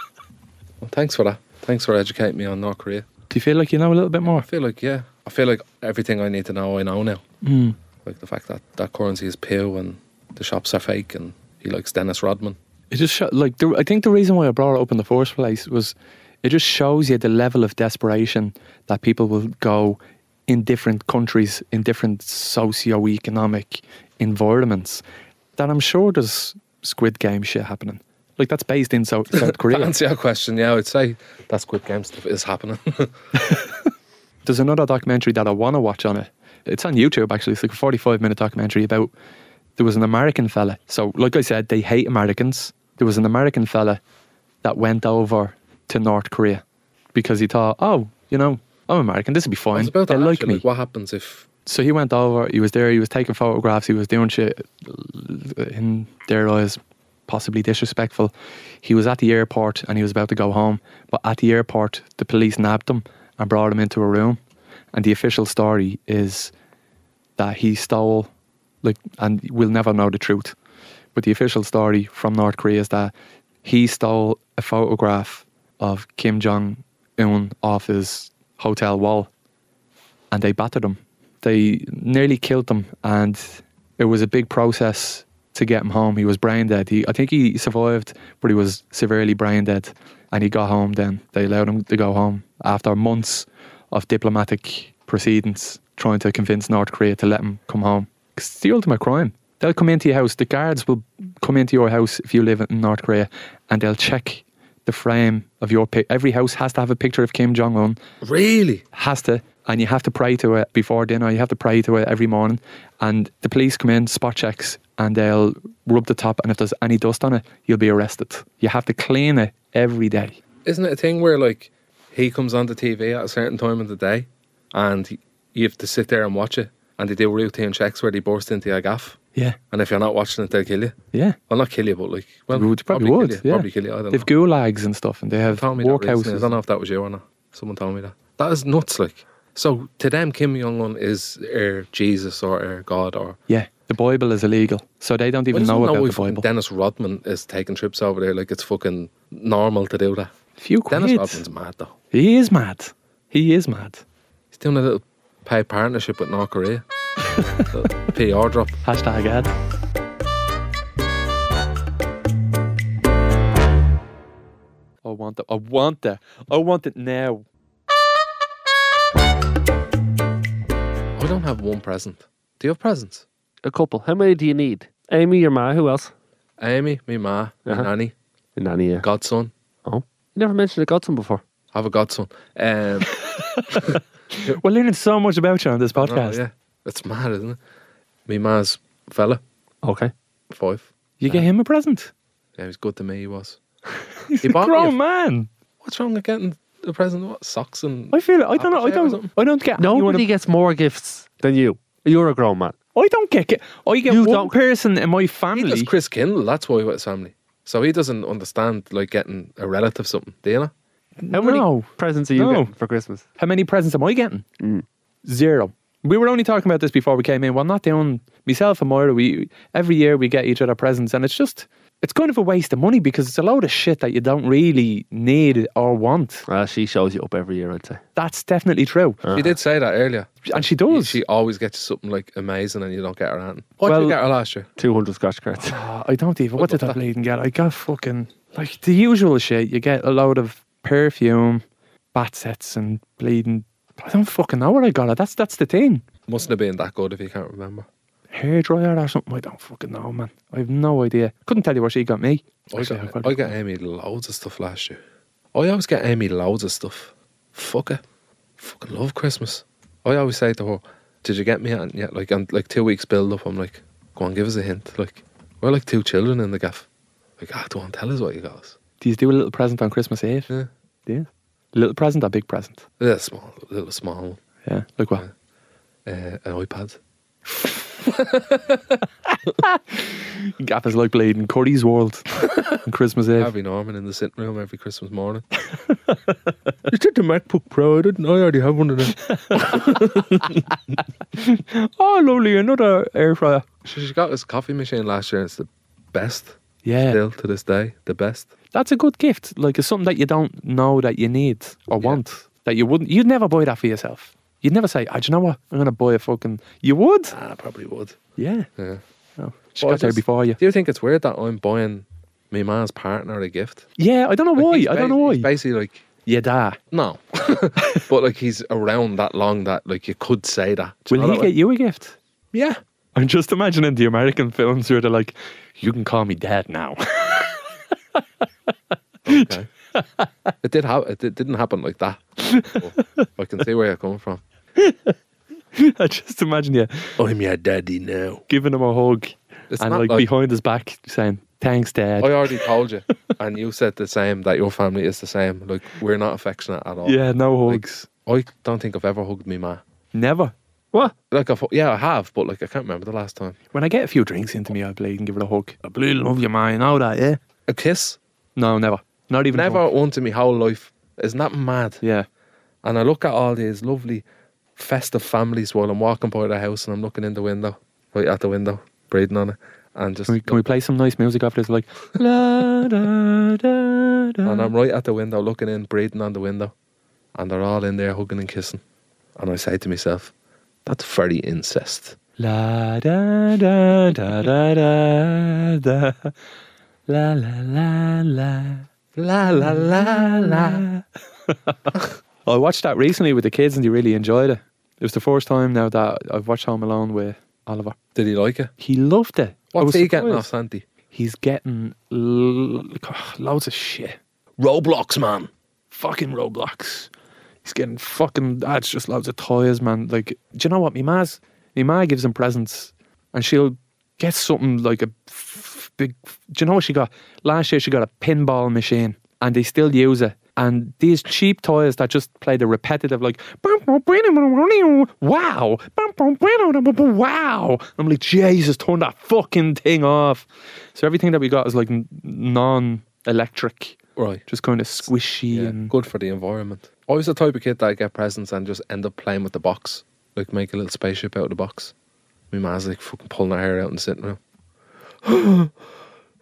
Speaker 4: well, thanks for that. Thanks for educating me on North Korea.
Speaker 3: Do you feel like you know a little bit more?
Speaker 4: I feel like yeah, I feel like everything I need to know I know now.
Speaker 3: Hmm.
Speaker 4: Like the fact that that currency is poo and the shops are fake and he likes Dennis Rodman.
Speaker 3: It just sho like the, I think the reason why I brought it up in the first place was it just shows you the level of desperation that people will go in different countries, in different socio-economic environments. That I'm sure there's Squid Game shit happening. Like that's based in South, South
Speaker 4: To
Speaker 3: Korea.
Speaker 4: answer your question, yeah, I'd say that Squid Game stuff is happening.
Speaker 3: There's another documentary that I want to watch on it. It's on YouTube actually. It's like a 45 minute documentary about there was an American fella. So, like I said, they hate Americans. There was an American fella that went over to North Korea because he thought, oh, you know, I'm American. This would be fine.
Speaker 4: It's about
Speaker 3: they
Speaker 4: that
Speaker 3: like
Speaker 4: actually,
Speaker 3: me.
Speaker 4: what happens if
Speaker 3: so he went over. He was there. He was taking photographs. He was doing shit in their eyes, possibly disrespectful. He was at the airport and he was about to go home. But at the airport, the police nabbed him and brought him into a room. And the official story is that he stole, like, and we'll never know the truth. But the official story from North Korea is that he stole a photograph of Kim Jong Un off his hotel wall and they battered him. They nearly killed him, and it was a big process to get him home. He was brain dead. He, I think he survived, but he was severely brain dead, and he got home. Then they allowed him to go home after months of diplomatic proceedings trying to convince North Korea to let him come home. 'Cause It's the ultimate crime. They'll come into your house. The guards will come into your house if you live in North Korea, and they'll check the frame of your pic. Every house has to have a picture of Kim Jong Un
Speaker 4: really?
Speaker 3: has to and you have to pray to it before dinner you have to pray to it every morning and the police come in spot checks and they'll rub the top and if there's any dust on it you'll be arrested you have to clean it every day
Speaker 4: Isn't it a thing where like he comes on the TV at a certain time of the day, and he- you have to sit there and watch it, and they do routine checks where they burst into your gaff,
Speaker 3: yeah
Speaker 4: and if you're not watching it, they'll kill you.
Speaker 3: yeah
Speaker 4: Well, not kill you, but like, well,
Speaker 3: They would- probably
Speaker 4: kill
Speaker 3: would,
Speaker 4: you,
Speaker 3: yeah.
Speaker 4: probably kill you. I don't
Speaker 3: they've
Speaker 4: know.
Speaker 3: gulags and stuff and they have
Speaker 4: told me that recently. I don't
Speaker 3: workhouses
Speaker 4: know if that was you or not. Someone told me that. That is nuts. Like, so to them, Kim Jong Un is er, Jesus or er, God or.
Speaker 3: yeah the bible is illegal so they don't
Speaker 4: I
Speaker 3: even
Speaker 4: just
Speaker 3: know
Speaker 4: don't
Speaker 3: about
Speaker 4: why
Speaker 3: the
Speaker 4: fucking
Speaker 3: bible
Speaker 4: Dennis Rodman is taking trips over there. Like, it's fucking normal to do that.
Speaker 3: few
Speaker 4: Dennis
Speaker 3: quid
Speaker 4: Rodman's mad though.
Speaker 3: he is mad he is mad
Speaker 4: He's doing a little paid partnership with North Korea. Little PR drop.
Speaker 3: hashtag ad I want that. I want that. I want it now.
Speaker 4: I don't have one present. Do you have presents?
Speaker 5: a couple. How many do you need? Amy, your ma, who else?
Speaker 4: Amy, me ma, my
Speaker 5: Uh-huh.
Speaker 4: nanny,
Speaker 5: Your nanny, yeah.
Speaker 4: godson.
Speaker 5: Oh, you never mentioned a godson before.
Speaker 4: Have a godson. Um,
Speaker 3: We're learning so much about you on this
Speaker 4: oh,
Speaker 3: podcast.
Speaker 4: yeah, it's mad, isn't it? Me ma's fella,
Speaker 5: Okay.
Speaker 4: five.
Speaker 3: You get him a present.
Speaker 4: Yeah, he was good to me. He was.
Speaker 3: He's
Speaker 4: He
Speaker 3: a
Speaker 4: bought me a
Speaker 3: grown
Speaker 4: f-
Speaker 3: man.
Speaker 4: What's wrong with getting a present? What socks and?
Speaker 3: I feel I don't know. I
Speaker 4: Apple
Speaker 3: don't.
Speaker 4: something.
Speaker 3: I don't get. anyone
Speaker 5: Nobody gets more gifts than you. You're a grown man.
Speaker 3: I don't get. get I get
Speaker 5: You
Speaker 3: one
Speaker 5: don't-
Speaker 3: person in my
Speaker 4: He does
Speaker 3: family.
Speaker 4: Chris Kindle. That's why he with his family. So he doesn't understand like getting a relative something. Do you know?
Speaker 5: How many
Speaker 3: No.
Speaker 5: presents are you
Speaker 3: No.
Speaker 5: getting for Christmas?
Speaker 3: How many presents am I getting? Zero. We were only talking about this before we came in. Well, not doing myself and Moira. We every year we get each other presents, and it's just it's kind of a waste of money because it's a load of shit that you don't really need or want.
Speaker 5: Uh, she shows you up every year, I'd say.
Speaker 3: That's definitely true,
Speaker 4: She did say that earlier.
Speaker 3: and she does.
Speaker 4: Uh, She always gets you something like amazing, and you don't get her anything. What did
Speaker 3: Well-
Speaker 4: you get her last year?
Speaker 5: 200 scotch cards.
Speaker 3: Uh, I don't even. What did I bleeding get? I got fucking like the usual shit. You get a load of perfume, bat sets, and bleeding. I don't fucking know what I got. That's that's the thing.
Speaker 4: Mustn't have been that good if you can't remember.
Speaker 3: Hair dryer or something. I don't fucking know, man. I have no idea. Couldn't tell you what she got me.
Speaker 4: I
Speaker 3: Actually, I've
Speaker 4: got, I got Amy loads of stuff last year. I always get Amy loads of stuff. Fuck it. Fucking love Christmas. I always say to her, Did you get me? And yeah, like and like two weeks build up, I'm like, Go on, give us a hint. Like, we're like two children in the gaff. Like, ah, don't tell us what you got us.
Speaker 3: Do you do a little present on Christmas Eve?
Speaker 4: Yeah.
Speaker 3: Do you? Little present or big present?
Speaker 4: Yeah, small little small
Speaker 3: Yeah. Look what.
Speaker 4: one. Uh, an iPad.
Speaker 3: Gap is like bleeding Curry's world on Christmas Eve.
Speaker 4: Harvey Norman in the sitting room every Christmas morning. you took the MacBook Pro, I didn't I already have one of them.
Speaker 3: Oh, lovely! Another air fryer.
Speaker 4: she, she got this coffee machine last year and it's the best.
Speaker 3: Yeah.
Speaker 4: Still to this day, the best.
Speaker 3: that's a good gift. Like it's something that you don't know that you need or want. That you wouldn't. You'd never buy that for yourself. You'd never say, "Ah, "Do you know what? I'm gonna buy a fucking." You would.
Speaker 4: Ah, probably would.
Speaker 3: Yeah.
Speaker 4: Yeah.
Speaker 3: Oh, she
Speaker 4: Well, I
Speaker 3: got there
Speaker 4: just-
Speaker 3: before you.
Speaker 4: Do you think it's weird that I'm buying my man's partner a gift?
Speaker 3: Yeah, I don't know
Speaker 4: Like,
Speaker 3: why.
Speaker 4: he's
Speaker 3: I don't know
Speaker 4: basi-
Speaker 3: why.
Speaker 4: He's basically like,
Speaker 3: yeah, da.
Speaker 4: no. but like he's around that long that like you could say that. Do you
Speaker 3: Will
Speaker 4: know
Speaker 3: he
Speaker 4: that way?
Speaker 3: get you a gift?
Speaker 4: Yeah.
Speaker 3: Oh, I'm just imagining the American films where they're like, "You can call me dad now."
Speaker 4: Okay. it did happen. It did, didn't happen like that. But I can see where you're coming from.
Speaker 3: I just imagine you
Speaker 4: I'm your daddy now.
Speaker 3: giving him a hug
Speaker 4: It's
Speaker 3: and
Speaker 4: not
Speaker 3: like,
Speaker 4: like- Oh,
Speaker 3: behind his back saying, "Thanks, dad."
Speaker 4: I already told you, and you said the same that your family is the same. Like we're not affectionate at all.
Speaker 3: yeah, no
Speaker 4: Like,
Speaker 3: hugs.
Speaker 4: I don't think I've ever hugged me ma.
Speaker 3: Never.
Speaker 5: What?
Speaker 4: Like I've, yeah, I have, but like I can't remember the last time.
Speaker 3: When I get a few drinks into me, I bleed and give it a hug.
Speaker 6: I bleeding love you, man. You know that, yeah?
Speaker 4: A kiss.
Speaker 3: No, never. Not even
Speaker 4: Never
Speaker 3: drunk.
Speaker 4: once in my whole life. Isn't that mad?
Speaker 3: Yeah.
Speaker 4: And I look at all these lovely festive families while I'm walking by the house and I'm looking in the window, right at the window, breathing on it. And just
Speaker 3: Can we, can we play some nice music after this? Like, la, da, da, da.
Speaker 4: and I'm right at the window looking in, breathing on the window. And they're all in there hugging and kissing. And I say to myself, that's very incest.
Speaker 3: La, da, da, da, da, da, da. La, la, la, la.
Speaker 4: La la la la.
Speaker 3: I watched that recently with the kids and they really enjoyed it. It was the first time now that I've watched Home Alone with Oliver.
Speaker 4: Did he like it?
Speaker 3: He loved it. I
Speaker 4: What's
Speaker 3: was
Speaker 4: he getting off
Speaker 3: surprised.
Speaker 4: Santi?
Speaker 3: He's getting l- loads of shit.
Speaker 4: Roblox, man.
Speaker 3: fucking Roblox. He's getting fucking that's just loads of toys, man. Like, do you know what? Me ma's me ma gives him presents, and she'll get something like a f- big. Do you know what she got last year? She got a pinball machine, and they still use it. And these cheap toys that just play the repetitive, like wow, wow. I'm like, Jesus, turn that fucking thing off. So everything that we got is like n- non-electric,
Speaker 4: Right.
Speaker 3: just kind of squishy
Speaker 4: Yeah.
Speaker 3: and
Speaker 4: Good for the environment. I was the type of kid that I get presents and just end up playing with the box. Like make a little spaceship out of the box. My ma's like fucking pulling her hair out and sitting around.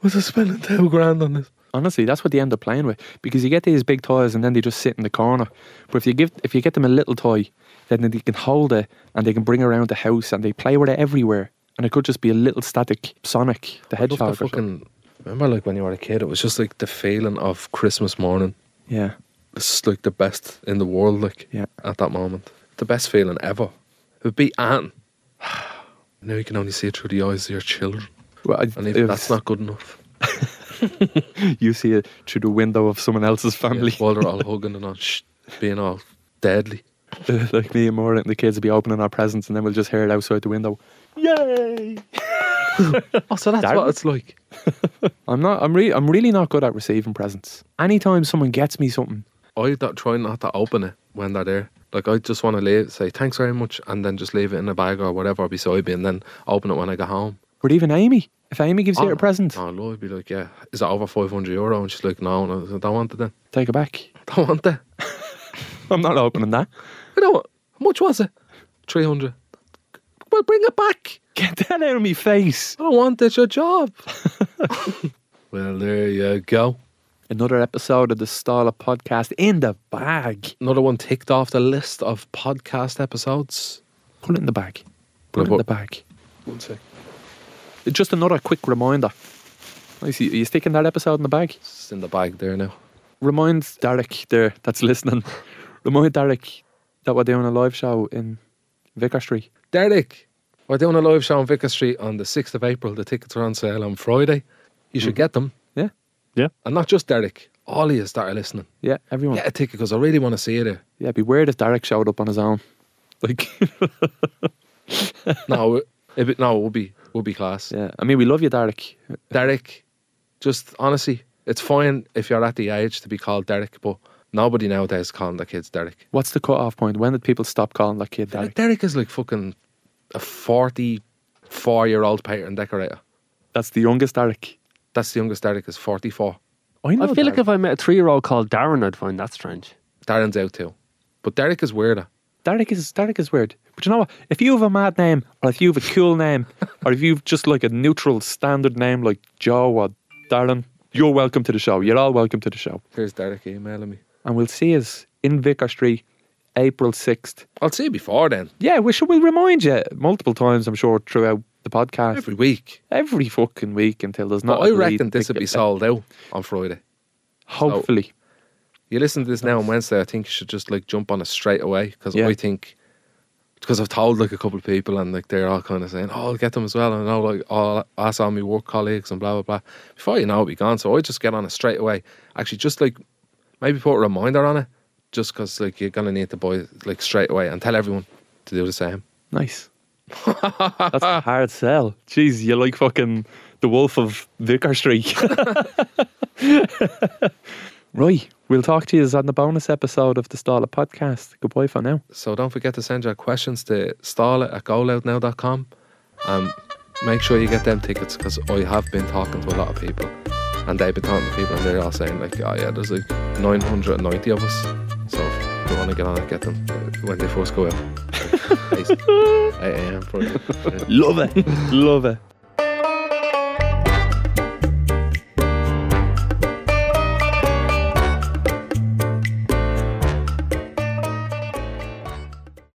Speaker 4: Was I spending two grand on this?
Speaker 3: Honestly, that's what they end up playing with because you get these big toys and then they just sit in the corner. But if you give, if you get them a little toy, then they can hold it and they can bring around the house and they play with it everywhere. And it could just be a little static Sonic the
Speaker 4: I love
Speaker 3: Hedgehog.
Speaker 4: the
Speaker 3: or something.
Speaker 4: fucking remember like when you were a kid, it was just like the feeling of Christmas morning.
Speaker 3: yeah,
Speaker 4: It's just, like the best in the world, like
Speaker 3: Yeah.
Speaker 4: at that moment. The best feeling ever. It would be Anne. Now you can only see it through the eyes of your children.
Speaker 3: Well, I,
Speaker 4: And even
Speaker 3: if
Speaker 4: that's not good enough.
Speaker 3: you see it through the window of someone else's
Speaker 4: Yeah,
Speaker 3: family,
Speaker 4: while they're all hugging and all sh- being all deadly.
Speaker 3: like me and Maura and the kids will be opening our presents, and then we'll just hear it outside the window. Yay!
Speaker 4: Oh, so that's
Speaker 3: Darren?
Speaker 4: what it's like.
Speaker 3: I'm not. I'm really. I'm really not good at receiving presents. Anytime someone gets me something,
Speaker 4: I don't, try not to open it when they're there. Like I just want to leave, say thanks very much, and then just leave it in a bag or whatever beside me, and then open it when I get home.
Speaker 3: but even Amy, if Amy gives you a present,
Speaker 4: Oh, no, I'd be like, yeah, is it over five hundred euro? And she's like, no, no, I don't want it. Then
Speaker 3: take it back.
Speaker 4: I don't want that.
Speaker 3: I'm not opening that.
Speaker 4: I don't. Want, how much was it? Three hundred. Well, bring it back.
Speaker 3: Get that out of me face.
Speaker 4: I don't want it. Your job. well, there you go.
Speaker 3: Another episode of the Stala podcast in the bag.
Speaker 4: Another one ticked off the list of podcast episodes.
Speaker 3: Put it in the bag.
Speaker 4: But
Speaker 3: Put it in
Speaker 4: what-
Speaker 3: the bag.
Speaker 4: One sec.
Speaker 3: Just another quick reminder. I see. Are you sticking that episode in the bag?
Speaker 4: It's in the bag there now.
Speaker 3: Remind Derek there that's listening. Remind Derek that we're doing a live show in Vicar Street.
Speaker 4: Derek, we're doing a live show on Vicar Street on the 6th of April. The tickets are on sale on Friday. You should get them.
Speaker 3: Mm. Yeah.
Speaker 5: Yeah.
Speaker 4: And not just Derek, all of you that are listening.
Speaker 3: Yeah, everyone.
Speaker 4: Get a ticket because I really want to see you there.
Speaker 3: Yeah, it'd be weird if Derek showed up on his own. Like,
Speaker 4: No, it- it, be- no, it will be, will be class.
Speaker 3: yeah. I mean, we love you, Derek.
Speaker 4: Derek, just honestly, it's fine if you're at the age to be called Derek, but nobody nowadays is calling their kids Derek.
Speaker 3: What's the cut-off point? When did people stop calling that kid
Speaker 4: Derek,
Speaker 3: Derek?
Speaker 4: Derek is like fucking a 44 year old painter and decorator.
Speaker 3: That's the youngest Derek.
Speaker 4: That's the youngest Derek is 44.
Speaker 3: I know.
Speaker 5: I feel like
Speaker 3: Derek.
Speaker 5: if I met a three year old called Darren, I'd find that strange.
Speaker 4: Darren's out too. But Derek is weirder.
Speaker 3: Derek is Derek is weird. But you know what? If you have a mad name, or if you have a cool name, or if you've just like a neutral standard name like Joe or Darren, you're welcome to the show. You're all welcome to the show.
Speaker 4: Here's Derek emailing me.
Speaker 3: And we'll see us in Vicar Street, April sixth.
Speaker 4: I'll see you before then.
Speaker 3: Yeah, we should we'll remind you multiple times, I'm sure, throughout the podcast.
Speaker 4: Every week.
Speaker 3: Every fucking week until there's
Speaker 4: But
Speaker 3: not.
Speaker 4: I
Speaker 3: a lead
Speaker 4: reckon this would be
Speaker 3: ticket.
Speaker 4: sold out on Friday.
Speaker 3: Hopefully,
Speaker 4: You listen to this now on Wednesday. I think you should just like jump on it straight away because
Speaker 3: Yeah.
Speaker 4: I think because I've told like a couple of people and like they're all kind of saying, "Oh, I'll get them as well." And I know like all I saw my work colleagues and blah blah blah. Before you know, it, will be gone. So I just get on it straight away. Actually, just like maybe put a reminder on it, just because like you're gonna need to buy it like straight away and tell everyone to do the same.
Speaker 3: nice. That's a hard sell. Jeez, you like fucking the Wolf of Vicar Street. right, we'll talk to you on the bonus episode of the Starla podcast. Goodbye for now.
Speaker 4: So don't forget to send your questions to starlet at goloutnow.com. Um, make sure you get them tickets because I have been talking to a lot of people and they've been talking to people and they're all saying like, oh yeah, there's like 990 of us. So if you want to get on it, get them uh, when they first go out. 8 8 a.m. for
Speaker 3: Love it. Love it.